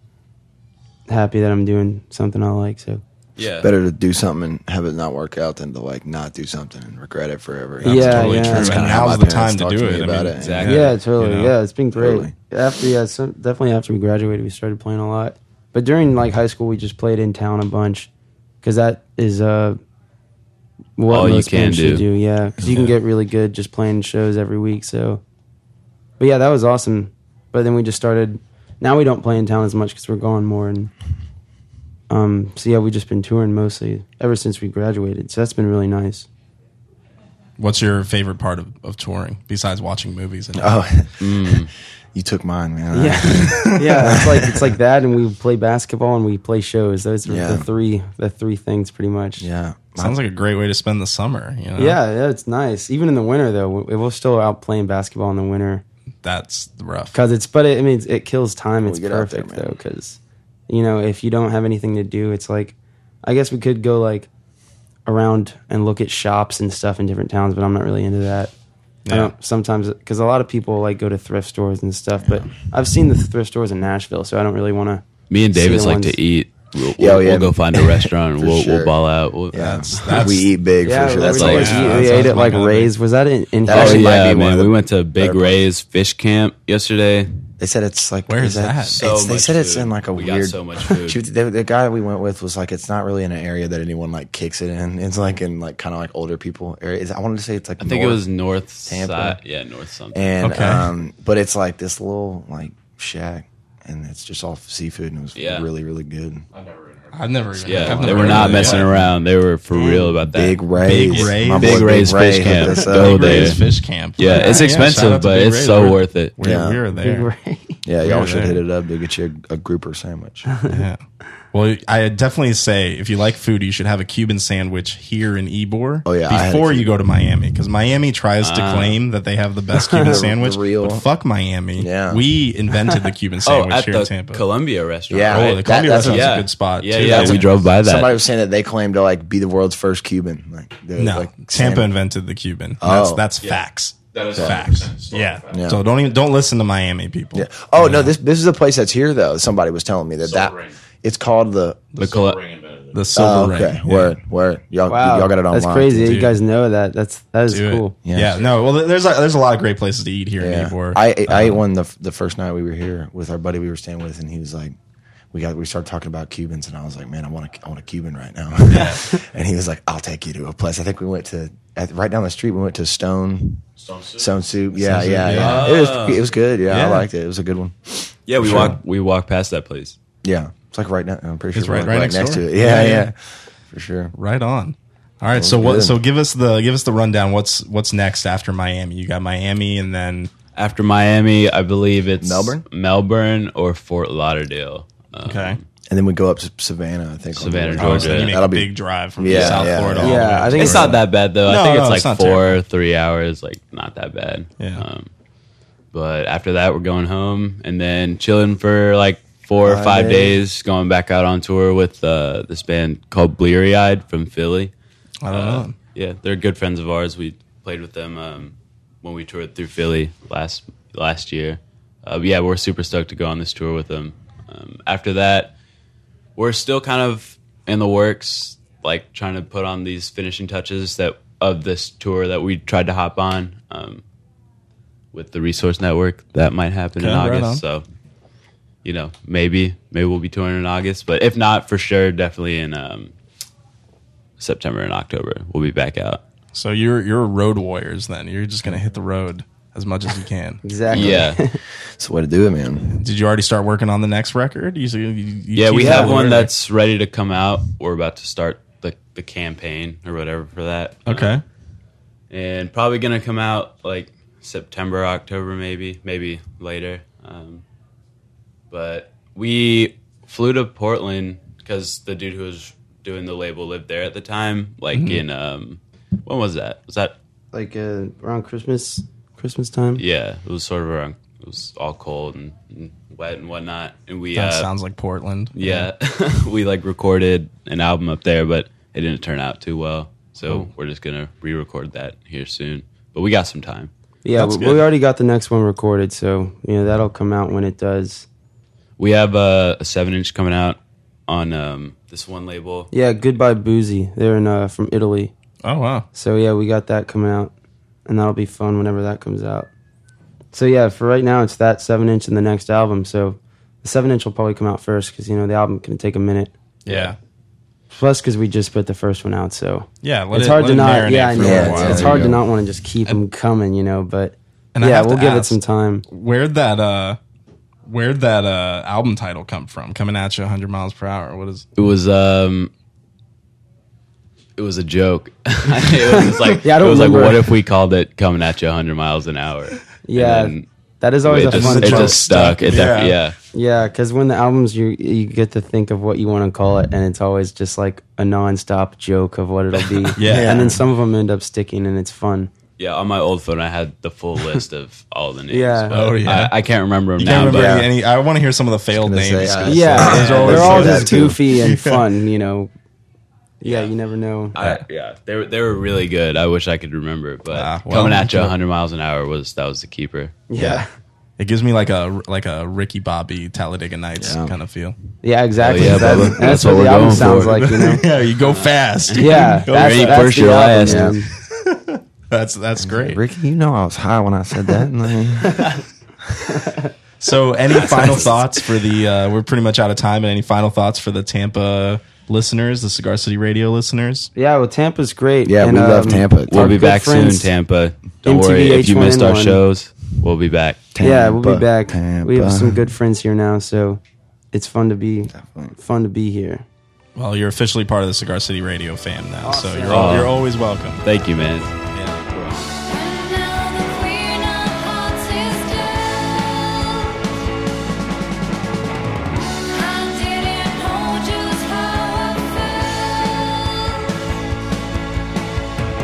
[SPEAKER 7] happy that I'm doing something I like. So
[SPEAKER 5] Yeah,
[SPEAKER 6] Better to do something and have it not work out than to like not do something and regret it forever.
[SPEAKER 7] That's Yeah,
[SPEAKER 3] totally
[SPEAKER 7] yeah.
[SPEAKER 3] true.
[SPEAKER 7] That's
[SPEAKER 3] and
[SPEAKER 6] kinda how
[SPEAKER 3] now's
[SPEAKER 6] my
[SPEAKER 3] the time
[SPEAKER 6] parents
[SPEAKER 3] to
[SPEAKER 6] talk
[SPEAKER 3] do
[SPEAKER 6] to
[SPEAKER 3] it.
[SPEAKER 6] me
[SPEAKER 3] I
[SPEAKER 6] about
[SPEAKER 3] mean,
[SPEAKER 6] it.
[SPEAKER 5] Exactly.
[SPEAKER 7] (laughs) yeah, totally.
[SPEAKER 3] you know,
[SPEAKER 7] yeah, it's been great.
[SPEAKER 6] totally.
[SPEAKER 7] After yeah, so definitely after we graduated, we started playing a lot. But during like high school, we just played in town a bunch because that is uh what
[SPEAKER 5] All you
[SPEAKER 7] most
[SPEAKER 5] can
[SPEAKER 7] bands should
[SPEAKER 5] do.
[SPEAKER 7] do. Yeah, 'Cause you can get really good just playing shows every week. So, but yeah, that was awesome. But then we just started. Now we don't play in town as much because we're gone more and. Um, so yeah, we've just been touring mostly ever since we graduated. So that's been really nice.
[SPEAKER 3] What's your favorite part of, of touring besides watching movies? And
[SPEAKER 6] Oh,
[SPEAKER 7] (laughs)
[SPEAKER 6] you took mine, man.
[SPEAKER 7] Yeah, (laughs) yeah. It's
[SPEAKER 6] (laughs)
[SPEAKER 7] like it's like that, and we play basketball and we play shows. Those are
[SPEAKER 6] Yeah.
[SPEAKER 7] the three the three things pretty much.
[SPEAKER 6] yeah. My-
[SPEAKER 3] sounds like a great way to spend the summer. You know,
[SPEAKER 7] yeah, yeah, It's nice. Even in the winter though, we- we're still out playing basketball in the winter
[SPEAKER 3] that's rough.
[SPEAKER 7] because it's. But it, I mean, it kills time. It's
[SPEAKER 6] get out there,
[SPEAKER 7] perfect
[SPEAKER 6] man.
[SPEAKER 7] though because you know if you don't have anything to do, it's like I guess we could go like around and look at shops and stuff in different towns, but I'm not really into that. I
[SPEAKER 3] Yeah.
[SPEAKER 7] don't sometimes because a lot of people like go to thrift stores and stuff, but I've seen the thrift stores in Nashville, so I don't really want to.
[SPEAKER 5] Me and
[SPEAKER 7] See
[SPEAKER 5] Davis
[SPEAKER 7] the
[SPEAKER 5] like
[SPEAKER 7] ones-
[SPEAKER 5] to eat. We'll,
[SPEAKER 6] Yeah,
[SPEAKER 5] we'll-
[SPEAKER 6] yeah.
[SPEAKER 5] we'll go find a restaurant.
[SPEAKER 6] (laughs)
[SPEAKER 5] and
[SPEAKER 6] For
[SPEAKER 5] we'll,
[SPEAKER 6] sure.
[SPEAKER 5] we'll ball out. We'll,
[SPEAKER 6] yeah.
[SPEAKER 3] that's-
[SPEAKER 6] (laughs) we eat big
[SPEAKER 7] Yeah,
[SPEAKER 6] for sure.
[SPEAKER 7] we
[SPEAKER 6] That's
[SPEAKER 7] were
[SPEAKER 5] like-
[SPEAKER 6] like,
[SPEAKER 7] always-
[SPEAKER 3] yeah,
[SPEAKER 7] we
[SPEAKER 3] that's-
[SPEAKER 7] ate
[SPEAKER 3] that's
[SPEAKER 7] at like
[SPEAKER 3] my kind of
[SPEAKER 7] Ray's. Was that in, in
[SPEAKER 6] That actually
[SPEAKER 5] oh,
[SPEAKER 7] Houston? (laughs)
[SPEAKER 6] might
[SPEAKER 5] yeah,
[SPEAKER 6] be one
[SPEAKER 5] man.
[SPEAKER 6] of the
[SPEAKER 5] We went to Big
[SPEAKER 6] better ones.
[SPEAKER 5] Ray's fish camp yesterday.
[SPEAKER 6] they said it's like
[SPEAKER 3] Where is that?
[SPEAKER 6] It's,
[SPEAKER 5] So
[SPEAKER 6] they
[SPEAKER 5] much
[SPEAKER 6] said it's
[SPEAKER 5] food.
[SPEAKER 6] in like a
[SPEAKER 5] We got
[SPEAKER 6] weird.
[SPEAKER 5] so much
[SPEAKER 6] (laughs)
[SPEAKER 5] food.
[SPEAKER 6] Shoot, the, the guy we went with was like, it's not really in an area that anyone like kicks it in. It's like in like kind of like older people area. Is- I wanted to say it's like
[SPEAKER 5] I think it
[SPEAKER 6] north.
[SPEAKER 5] was north
[SPEAKER 6] Tampa.
[SPEAKER 5] side. Yeah, north something.
[SPEAKER 6] and
[SPEAKER 3] Okay.
[SPEAKER 6] um, but it's like this little like shack, and it's just all seafood, and it was
[SPEAKER 5] Yeah.
[SPEAKER 6] really really good.
[SPEAKER 3] I've never. even- I've
[SPEAKER 5] yeah,
[SPEAKER 3] never
[SPEAKER 5] they were
[SPEAKER 3] heard
[SPEAKER 5] not
[SPEAKER 3] of it.
[SPEAKER 5] messing around. They were for real about that.
[SPEAKER 6] Big Ray's,
[SPEAKER 5] Big,
[SPEAKER 3] Ray's.
[SPEAKER 6] My boy
[SPEAKER 5] Big
[SPEAKER 6] Big
[SPEAKER 5] Ray's
[SPEAKER 6] Ray
[SPEAKER 5] fish
[SPEAKER 6] hit
[SPEAKER 5] camp.
[SPEAKER 6] this up.
[SPEAKER 5] Go
[SPEAKER 3] Big Ray's
[SPEAKER 5] there.
[SPEAKER 3] Fish Camp.
[SPEAKER 5] Yeah,
[SPEAKER 3] Alright,
[SPEAKER 5] it's
[SPEAKER 3] shout out
[SPEAKER 5] expensive,
[SPEAKER 3] to
[SPEAKER 5] but
[SPEAKER 3] Big
[SPEAKER 5] it's
[SPEAKER 3] Ray.
[SPEAKER 5] so
[SPEAKER 3] We're-
[SPEAKER 5] worth it.
[SPEAKER 3] We're,
[SPEAKER 6] Yeah.
[SPEAKER 3] we're
[SPEAKER 7] Big
[SPEAKER 3] there.
[SPEAKER 7] Ray.
[SPEAKER 6] Yeah,
[SPEAKER 3] Yeah,
[SPEAKER 6] y'all should
[SPEAKER 3] there.
[SPEAKER 6] hit it up. They get you a, a grouper sandwich.
[SPEAKER 3] Yeah. Well, I definitely say if you like food, you should have a Cuban sandwich here in Ybor.
[SPEAKER 6] Oh, yeah, I had a
[SPEAKER 3] before you
[SPEAKER 6] Cuban.
[SPEAKER 3] go to Miami, because Miami tries to
[SPEAKER 5] Ah.
[SPEAKER 3] claim that they have the best Cuban
[SPEAKER 6] (laughs) The-
[SPEAKER 3] sandwich.
[SPEAKER 6] the real-
[SPEAKER 3] But fuck Miami.
[SPEAKER 6] Yeah.
[SPEAKER 3] we invented the
[SPEAKER 6] (laughs)
[SPEAKER 3] Cuban
[SPEAKER 5] Oh,
[SPEAKER 3] sandwich
[SPEAKER 5] at
[SPEAKER 3] here in
[SPEAKER 5] the
[SPEAKER 3] Tampa.
[SPEAKER 5] Columbia restaurant.
[SPEAKER 6] Yeah.
[SPEAKER 3] oh,
[SPEAKER 5] right?
[SPEAKER 3] the
[SPEAKER 6] That-
[SPEAKER 3] Columbia
[SPEAKER 6] that's-
[SPEAKER 3] restaurant's
[SPEAKER 5] yeah.
[SPEAKER 3] a good spot.
[SPEAKER 5] Yeah,
[SPEAKER 3] too.
[SPEAKER 5] yeah. We drove by that.
[SPEAKER 6] Somebody was saying that they claim to like be the world's first Cuban. Like, they're,
[SPEAKER 3] No,
[SPEAKER 6] like
[SPEAKER 3] Tampa
[SPEAKER 6] saying-
[SPEAKER 3] invented the Cuban. That's
[SPEAKER 6] Oh.
[SPEAKER 3] that's facts.
[SPEAKER 5] That is
[SPEAKER 3] facts. Yeah.
[SPEAKER 6] Yeah.
[SPEAKER 3] So don't even don't listen to Miami people.
[SPEAKER 6] Yeah. Oh no, this this is a place that's here though. Somebody was telling me that that it's called the.
[SPEAKER 5] the Colu-
[SPEAKER 3] The
[SPEAKER 6] Oh,
[SPEAKER 3] silver
[SPEAKER 6] okay.
[SPEAKER 3] ring. Yeah.
[SPEAKER 6] Word, word. Y'all,
[SPEAKER 7] Wow,
[SPEAKER 6] y'all got it online.
[SPEAKER 7] That's crazy. that
[SPEAKER 3] Dude.
[SPEAKER 7] You guys know that. That's that is
[SPEAKER 3] Do it.
[SPEAKER 7] cool.
[SPEAKER 3] Yeah.
[SPEAKER 6] Yeah.
[SPEAKER 3] no. Well, there's a, there's a lot of great places to eat here in
[SPEAKER 6] Yeah.
[SPEAKER 3] Ybor.
[SPEAKER 6] I I-
[SPEAKER 3] Uh-huh.
[SPEAKER 6] I ate one the the first night we were here with our buddy we were staying with, and he was like, we got we started talking about Cubans, and I was like, man, I want a, I want a Cuban right now. (laughs) and he was like, I'll take you to a place. I think we went to at, right down the street. We went to Stone Stone Soup. Yeah,
[SPEAKER 3] Stone Soup,
[SPEAKER 6] yeah,
[SPEAKER 3] yeah.
[SPEAKER 6] yeah. It was it was good. Yeah,
[SPEAKER 3] Yeah.
[SPEAKER 6] I liked it. It was a good one.
[SPEAKER 5] yeah, we
[SPEAKER 6] Sure.
[SPEAKER 5] walked we walked past that place.
[SPEAKER 6] Yeah, it's like right now. I'm pretty sure
[SPEAKER 3] It's
[SPEAKER 6] we're,
[SPEAKER 3] right-
[SPEAKER 6] like,
[SPEAKER 3] right next
[SPEAKER 6] next
[SPEAKER 3] door.
[SPEAKER 6] to it. Yeah,
[SPEAKER 3] Yeah,
[SPEAKER 6] yeah,
[SPEAKER 3] yeah.
[SPEAKER 6] for sure.
[SPEAKER 3] Right on. All right. So what?
[SPEAKER 6] good.
[SPEAKER 3] So give us the give us the rundown. What's what's next after Miami? You got Miami, and then
[SPEAKER 5] After Miami, I believe it's
[SPEAKER 6] Melbourne?
[SPEAKER 5] Melbourne or Fort Lauderdale. Um,
[SPEAKER 3] Uh, okay,
[SPEAKER 6] And then we go up to Savannah. I think on the
[SPEAKER 5] Savannah,
[SPEAKER 6] way.
[SPEAKER 5] Georgia.
[SPEAKER 3] Oh, so you make
[SPEAKER 6] That'll
[SPEAKER 3] a
[SPEAKER 6] be-
[SPEAKER 3] big drive from
[SPEAKER 6] Yeah,
[SPEAKER 3] South
[SPEAKER 6] yeah,
[SPEAKER 3] Florida.
[SPEAKER 6] yeah.
[SPEAKER 3] all the way
[SPEAKER 7] Yeah,
[SPEAKER 3] up
[SPEAKER 7] I
[SPEAKER 3] to
[SPEAKER 7] think
[SPEAKER 5] It's
[SPEAKER 3] Georgia.
[SPEAKER 5] not that bad though.
[SPEAKER 3] No,
[SPEAKER 5] I think
[SPEAKER 3] no, it's
[SPEAKER 5] it's
[SPEAKER 3] not
[SPEAKER 5] like four, three hours. Like not that bad.
[SPEAKER 3] Yeah.
[SPEAKER 5] Um, but after that, we're going home and then chilling for like four or
[SPEAKER 6] Five
[SPEAKER 5] five
[SPEAKER 6] days.
[SPEAKER 5] days. Going back out on tour with uh, this band called Bleary Eyed from Philly.
[SPEAKER 3] I don't know.
[SPEAKER 5] Yeah, they're good friends of ours. We played with them um, when we toured through Philly last last year. Uh, but yeah, we're super stoked to go on this tour with them. Um, after that, we're still kind of in the works, like trying to put on these finishing touches that of this tour that we tried to hop on um, with the Resource Network. That might happen in
[SPEAKER 3] Okay, right
[SPEAKER 5] August.
[SPEAKER 3] on.
[SPEAKER 5] So, you know, maybe maybe we'll be touring in August, but if not, for sure, definitely in um, September and October. We'll be back out.
[SPEAKER 3] So you're you're road warriors then. You're just gonna hit the road as much as you can.
[SPEAKER 7] Exactly.
[SPEAKER 3] (laughs)
[SPEAKER 5] Yeah.
[SPEAKER 6] It's the way to do it, man.
[SPEAKER 3] Did you already start working on the next record? You, you, you
[SPEAKER 5] yeah, we
[SPEAKER 3] keep
[SPEAKER 5] have
[SPEAKER 3] that
[SPEAKER 5] one
[SPEAKER 3] word?
[SPEAKER 5] that's ready to come out. We're about to start the, the campaign or whatever for that.
[SPEAKER 3] okay.
[SPEAKER 5] and probably gonna come out like September, October, maybe, maybe later. Um, but we flew to Portland because the dude who was doing the label lived there at the time. Like
[SPEAKER 3] Mm-hmm.
[SPEAKER 5] in um, when was that? Was that
[SPEAKER 7] Like uh, around Christmas, Christmas time.
[SPEAKER 5] yeah? It was sort of around. It was all cold and, and wet and whatnot. And we
[SPEAKER 3] That
[SPEAKER 5] uh,
[SPEAKER 3] sounds like Portland.
[SPEAKER 5] yeah, (laughs) we like recorded an album up there, but it didn't turn out too well. So
[SPEAKER 3] Hmm.
[SPEAKER 5] we're just gonna re-record that here soon. But we got some time.
[SPEAKER 7] Yeah,
[SPEAKER 3] That's
[SPEAKER 7] we,
[SPEAKER 3] good.
[SPEAKER 7] we already got the next one recorded, so you know that'll come out when it does.
[SPEAKER 5] We have uh, a seven inch coming out on um, this one label.
[SPEAKER 7] Yeah, goodbye boozy. They're in uh, from Italy,
[SPEAKER 3] Oh wow.
[SPEAKER 7] so yeah, we got that coming out, and that'll be fun whenever that comes out. So yeah, for right now, it's that seven inch and the next album. So the seven inch will probably come out first because you know the album can take a minute.
[SPEAKER 3] Yeah.
[SPEAKER 7] Plus, because we just put the first one out, so
[SPEAKER 3] Yeah. let
[SPEAKER 7] it's
[SPEAKER 3] it-
[SPEAKER 7] hard
[SPEAKER 3] let
[SPEAKER 7] to
[SPEAKER 3] it
[SPEAKER 7] not.
[SPEAKER 3] marinate
[SPEAKER 7] Yeah, I
[SPEAKER 3] for
[SPEAKER 7] know.
[SPEAKER 3] a
[SPEAKER 6] Yeah,
[SPEAKER 3] while.
[SPEAKER 7] It's, it's
[SPEAKER 6] There
[SPEAKER 7] hard
[SPEAKER 6] you
[SPEAKER 7] to
[SPEAKER 6] go.
[SPEAKER 7] not want to just keep them coming, you know. But
[SPEAKER 3] And I
[SPEAKER 7] yeah,
[SPEAKER 3] have to
[SPEAKER 7] we'll give it
[SPEAKER 3] ask-
[SPEAKER 7] some time.
[SPEAKER 3] Where'd that uh where'd that uh album title come from? Coming at you 100 miles per hour. What is
[SPEAKER 5] It was um, it was a joke. (laughs) it was like
[SPEAKER 7] Yeah, I don't
[SPEAKER 5] it was
[SPEAKER 7] remember.
[SPEAKER 5] like what if we called it coming at you 100 miles an hour?
[SPEAKER 7] Yeah,
[SPEAKER 5] And
[SPEAKER 7] that is
[SPEAKER 5] then
[SPEAKER 7] always
[SPEAKER 5] it
[SPEAKER 7] a
[SPEAKER 5] just,
[SPEAKER 7] fun
[SPEAKER 5] it
[SPEAKER 7] joke.
[SPEAKER 5] just stuck. It
[SPEAKER 3] Yeah.
[SPEAKER 5] yeah. yeah,
[SPEAKER 7] Yeah, because when the albums, you you get to think of what you want to call it, and it's always just like a nonstop joke of what it'll be.
[SPEAKER 3] Yeah.
[SPEAKER 7] and then some of them end up sticking, and it's fun.
[SPEAKER 5] yeah. On my old phone, I had the full list of all the names.
[SPEAKER 7] Yeah.
[SPEAKER 5] but
[SPEAKER 3] Oh, yeah.
[SPEAKER 5] I, I can't remember them
[SPEAKER 3] You
[SPEAKER 5] now.
[SPEAKER 3] can't remember
[SPEAKER 5] but
[SPEAKER 3] any, any I want to hear some of the failed
[SPEAKER 6] gonna
[SPEAKER 3] names.
[SPEAKER 6] say, uh,
[SPEAKER 3] guys.
[SPEAKER 7] Yeah,
[SPEAKER 6] Yeah,
[SPEAKER 7] they're
[SPEAKER 6] let's
[SPEAKER 7] all
[SPEAKER 6] hear that
[SPEAKER 7] just
[SPEAKER 6] too.
[SPEAKER 7] goofy and fun, you know. Yeah, you never know.
[SPEAKER 5] I, yeah, they were they were really good. I wish I could remember, but
[SPEAKER 3] Ah, well.
[SPEAKER 5] coming at you 100 miles an hour was that was the keeper.
[SPEAKER 7] yeah,
[SPEAKER 3] It gives me like a like a Ricky Bobby Talladega Nights
[SPEAKER 6] Yeah.
[SPEAKER 3] kind of feel.
[SPEAKER 7] yeah, exactly.
[SPEAKER 5] yeah,
[SPEAKER 7] that's,
[SPEAKER 5] Bubba.
[SPEAKER 7] that's what, the
[SPEAKER 5] we're
[SPEAKER 7] album
[SPEAKER 5] going
[SPEAKER 7] sounds
[SPEAKER 5] for.
[SPEAKER 7] like, you know.
[SPEAKER 3] (laughs) yeah, you go fast. (laughs)
[SPEAKER 7] Yeah,
[SPEAKER 3] Go
[SPEAKER 7] that's,
[SPEAKER 5] Ricky,
[SPEAKER 7] that's
[SPEAKER 5] first
[SPEAKER 7] the
[SPEAKER 5] your
[SPEAKER 7] album,
[SPEAKER 5] last.
[SPEAKER 7] man.
[SPEAKER 3] That's that's great.
[SPEAKER 6] Ricky, you know I was high when I said that. and I-
[SPEAKER 3] So, any final thoughts for the? Uh, we're pretty much out of time. And any final thoughts for the Tampa listeners, the Cigar City Radio listeners?
[SPEAKER 7] Yeah, well, Tampa's
[SPEAKER 6] (laughs)
[SPEAKER 7] great.
[SPEAKER 6] yeah,
[SPEAKER 7] and,
[SPEAKER 6] we love
[SPEAKER 7] um,
[SPEAKER 6] Tampa.
[SPEAKER 5] We'll
[SPEAKER 7] Our
[SPEAKER 5] be
[SPEAKER 7] good
[SPEAKER 5] back
[SPEAKER 7] friends-
[SPEAKER 5] soon, Tampa. Don't
[SPEAKER 7] MTV
[SPEAKER 5] worry if you missed our
[SPEAKER 7] H1N1.
[SPEAKER 5] shows. We'll be back.
[SPEAKER 7] yeah, we'll be back. We have
[SPEAKER 6] Tampa.
[SPEAKER 7] some good friends here now, so it's fun to be fun to be here.
[SPEAKER 3] Well, you're officially part of the Cigar City Radio fam now, so you're
[SPEAKER 5] Awesome.
[SPEAKER 3] al- you're always welcome.
[SPEAKER 5] Thank you,
[SPEAKER 4] And
[SPEAKER 5] man.
[SPEAKER 4] now that we're not consistent, I didn't know just how I felt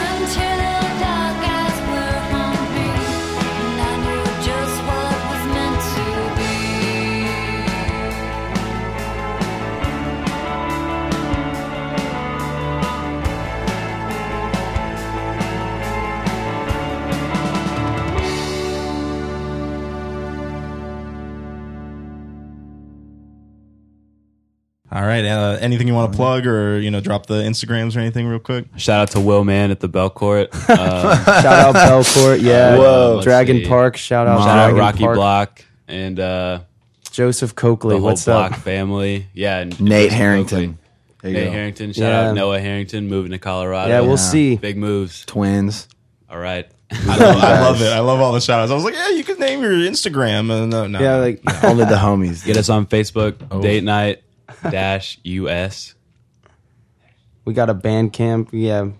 [SPEAKER 4] until the dark eyes were on me, and I knew just what was meant to be.
[SPEAKER 3] All right. Uh, anything you want to plug, or you know, drop the Instagrams or anything real quick?
[SPEAKER 5] Shout out to Will Man at the Bell Court. Um,
[SPEAKER 6] (laughs)
[SPEAKER 5] shout
[SPEAKER 7] Shout out Belcourt, yeah.
[SPEAKER 5] Whoa. Let's
[SPEAKER 7] Dragon
[SPEAKER 5] see.
[SPEAKER 7] Park, shout out
[SPEAKER 5] out
[SPEAKER 7] Dragon
[SPEAKER 5] Rocky
[SPEAKER 7] Park.
[SPEAKER 5] Block and uh,
[SPEAKER 7] Joseph
[SPEAKER 5] the
[SPEAKER 7] Coakley,
[SPEAKER 5] whole
[SPEAKER 7] what's
[SPEAKER 5] Block
[SPEAKER 7] up?
[SPEAKER 5] family. Yeah, and
[SPEAKER 6] Nate
[SPEAKER 5] Joseph
[SPEAKER 6] Harrington.
[SPEAKER 5] Oakley.
[SPEAKER 6] There you
[SPEAKER 5] Nate
[SPEAKER 6] go.
[SPEAKER 5] Harrington. Shout
[SPEAKER 7] Yeah.
[SPEAKER 5] out Noah Harrington moving to Colorado.
[SPEAKER 7] Yeah, we'll see.
[SPEAKER 5] Big moves.
[SPEAKER 6] Twins.
[SPEAKER 5] All right. (laughs)
[SPEAKER 3] I love, I love it. I love all the shout outs. I was like, yeah, you could name your Instagram. Uh, no, no.
[SPEAKER 7] Yeah, like
[SPEAKER 6] Only the homies.
[SPEAKER 5] Get us on Facebook, date night dash US.
[SPEAKER 7] we got a band camp, yeah.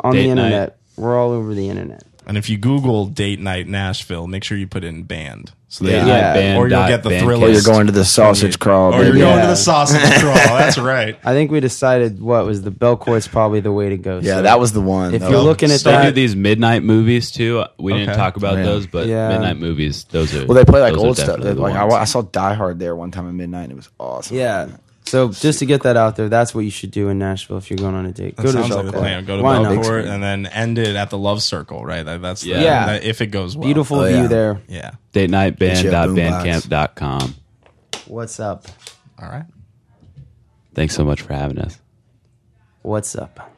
[SPEAKER 7] On
[SPEAKER 5] Date
[SPEAKER 7] the
[SPEAKER 5] night.
[SPEAKER 7] internet. We're all over the internet.
[SPEAKER 3] and if you Google date night Nashville, make sure you put in band. So they,
[SPEAKER 5] Date
[SPEAKER 7] Yeah.
[SPEAKER 5] night band
[SPEAKER 3] Or you'll
[SPEAKER 5] dot
[SPEAKER 3] get the
[SPEAKER 5] bandcamp.
[SPEAKER 3] Thriller.
[SPEAKER 6] Or Oh, you're going to the sausage crawl.
[SPEAKER 3] or Oh, you're
[SPEAKER 6] baby.
[SPEAKER 3] going
[SPEAKER 7] Yeah.
[SPEAKER 3] to the sausage crawl. That's right.
[SPEAKER 7] I think we decided what was the Belcourt's probably the way to go.
[SPEAKER 6] Yeah,
[SPEAKER 7] so
[SPEAKER 6] that was the one.
[SPEAKER 7] if
[SPEAKER 6] That
[SPEAKER 7] you're
[SPEAKER 6] was-
[SPEAKER 7] looking at
[SPEAKER 5] They do
[SPEAKER 7] that,
[SPEAKER 5] these midnight movies too. We didn't
[SPEAKER 3] Okay.
[SPEAKER 5] talk about
[SPEAKER 6] Yeah.
[SPEAKER 5] those, but
[SPEAKER 7] Yeah.
[SPEAKER 5] midnight movies. Those are
[SPEAKER 6] Well, they play like
[SPEAKER 5] those are
[SPEAKER 6] old stuff.
[SPEAKER 5] definitely
[SPEAKER 6] They-
[SPEAKER 5] the
[SPEAKER 6] Like I,
[SPEAKER 5] ones.
[SPEAKER 6] wa- I saw Die Hard there one time at midnight, and it was awesome.
[SPEAKER 7] yeah. So just to get that out there, that's what you should do in Nashville if you're going on a date.
[SPEAKER 3] That
[SPEAKER 7] go to
[SPEAKER 3] sounds
[SPEAKER 7] the
[SPEAKER 3] like a
[SPEAKER 7] Belcourt.
[SPEAKER 3] plan. Go to
[SPEAKER 7] Why not?
[SPEAKER 3] Belcourt and then end it at the love circle, right? That, that's the-
[SPEAKER 5] Yeah.
[SPEAKER 3] that- if it goes well.
[SPEAKER 7] Beautiful
[SPEAKER 6] Oh,
[SPEAKER 7] view
[SPEAKER 6] yeah.
[SPEAKER 7] there.
[SPEAKER 3] Yeah.
[SPEAKER 5] date night
[SPEAKER 6] Get you a
[SPEAKER 5] band.bandcamp.com.
[SPEAKER 7] What's up?
[SPEAKER 3] All right.
[SPEAKER 5] Thanks so much for having us.
[SPEAKER 7] What's up?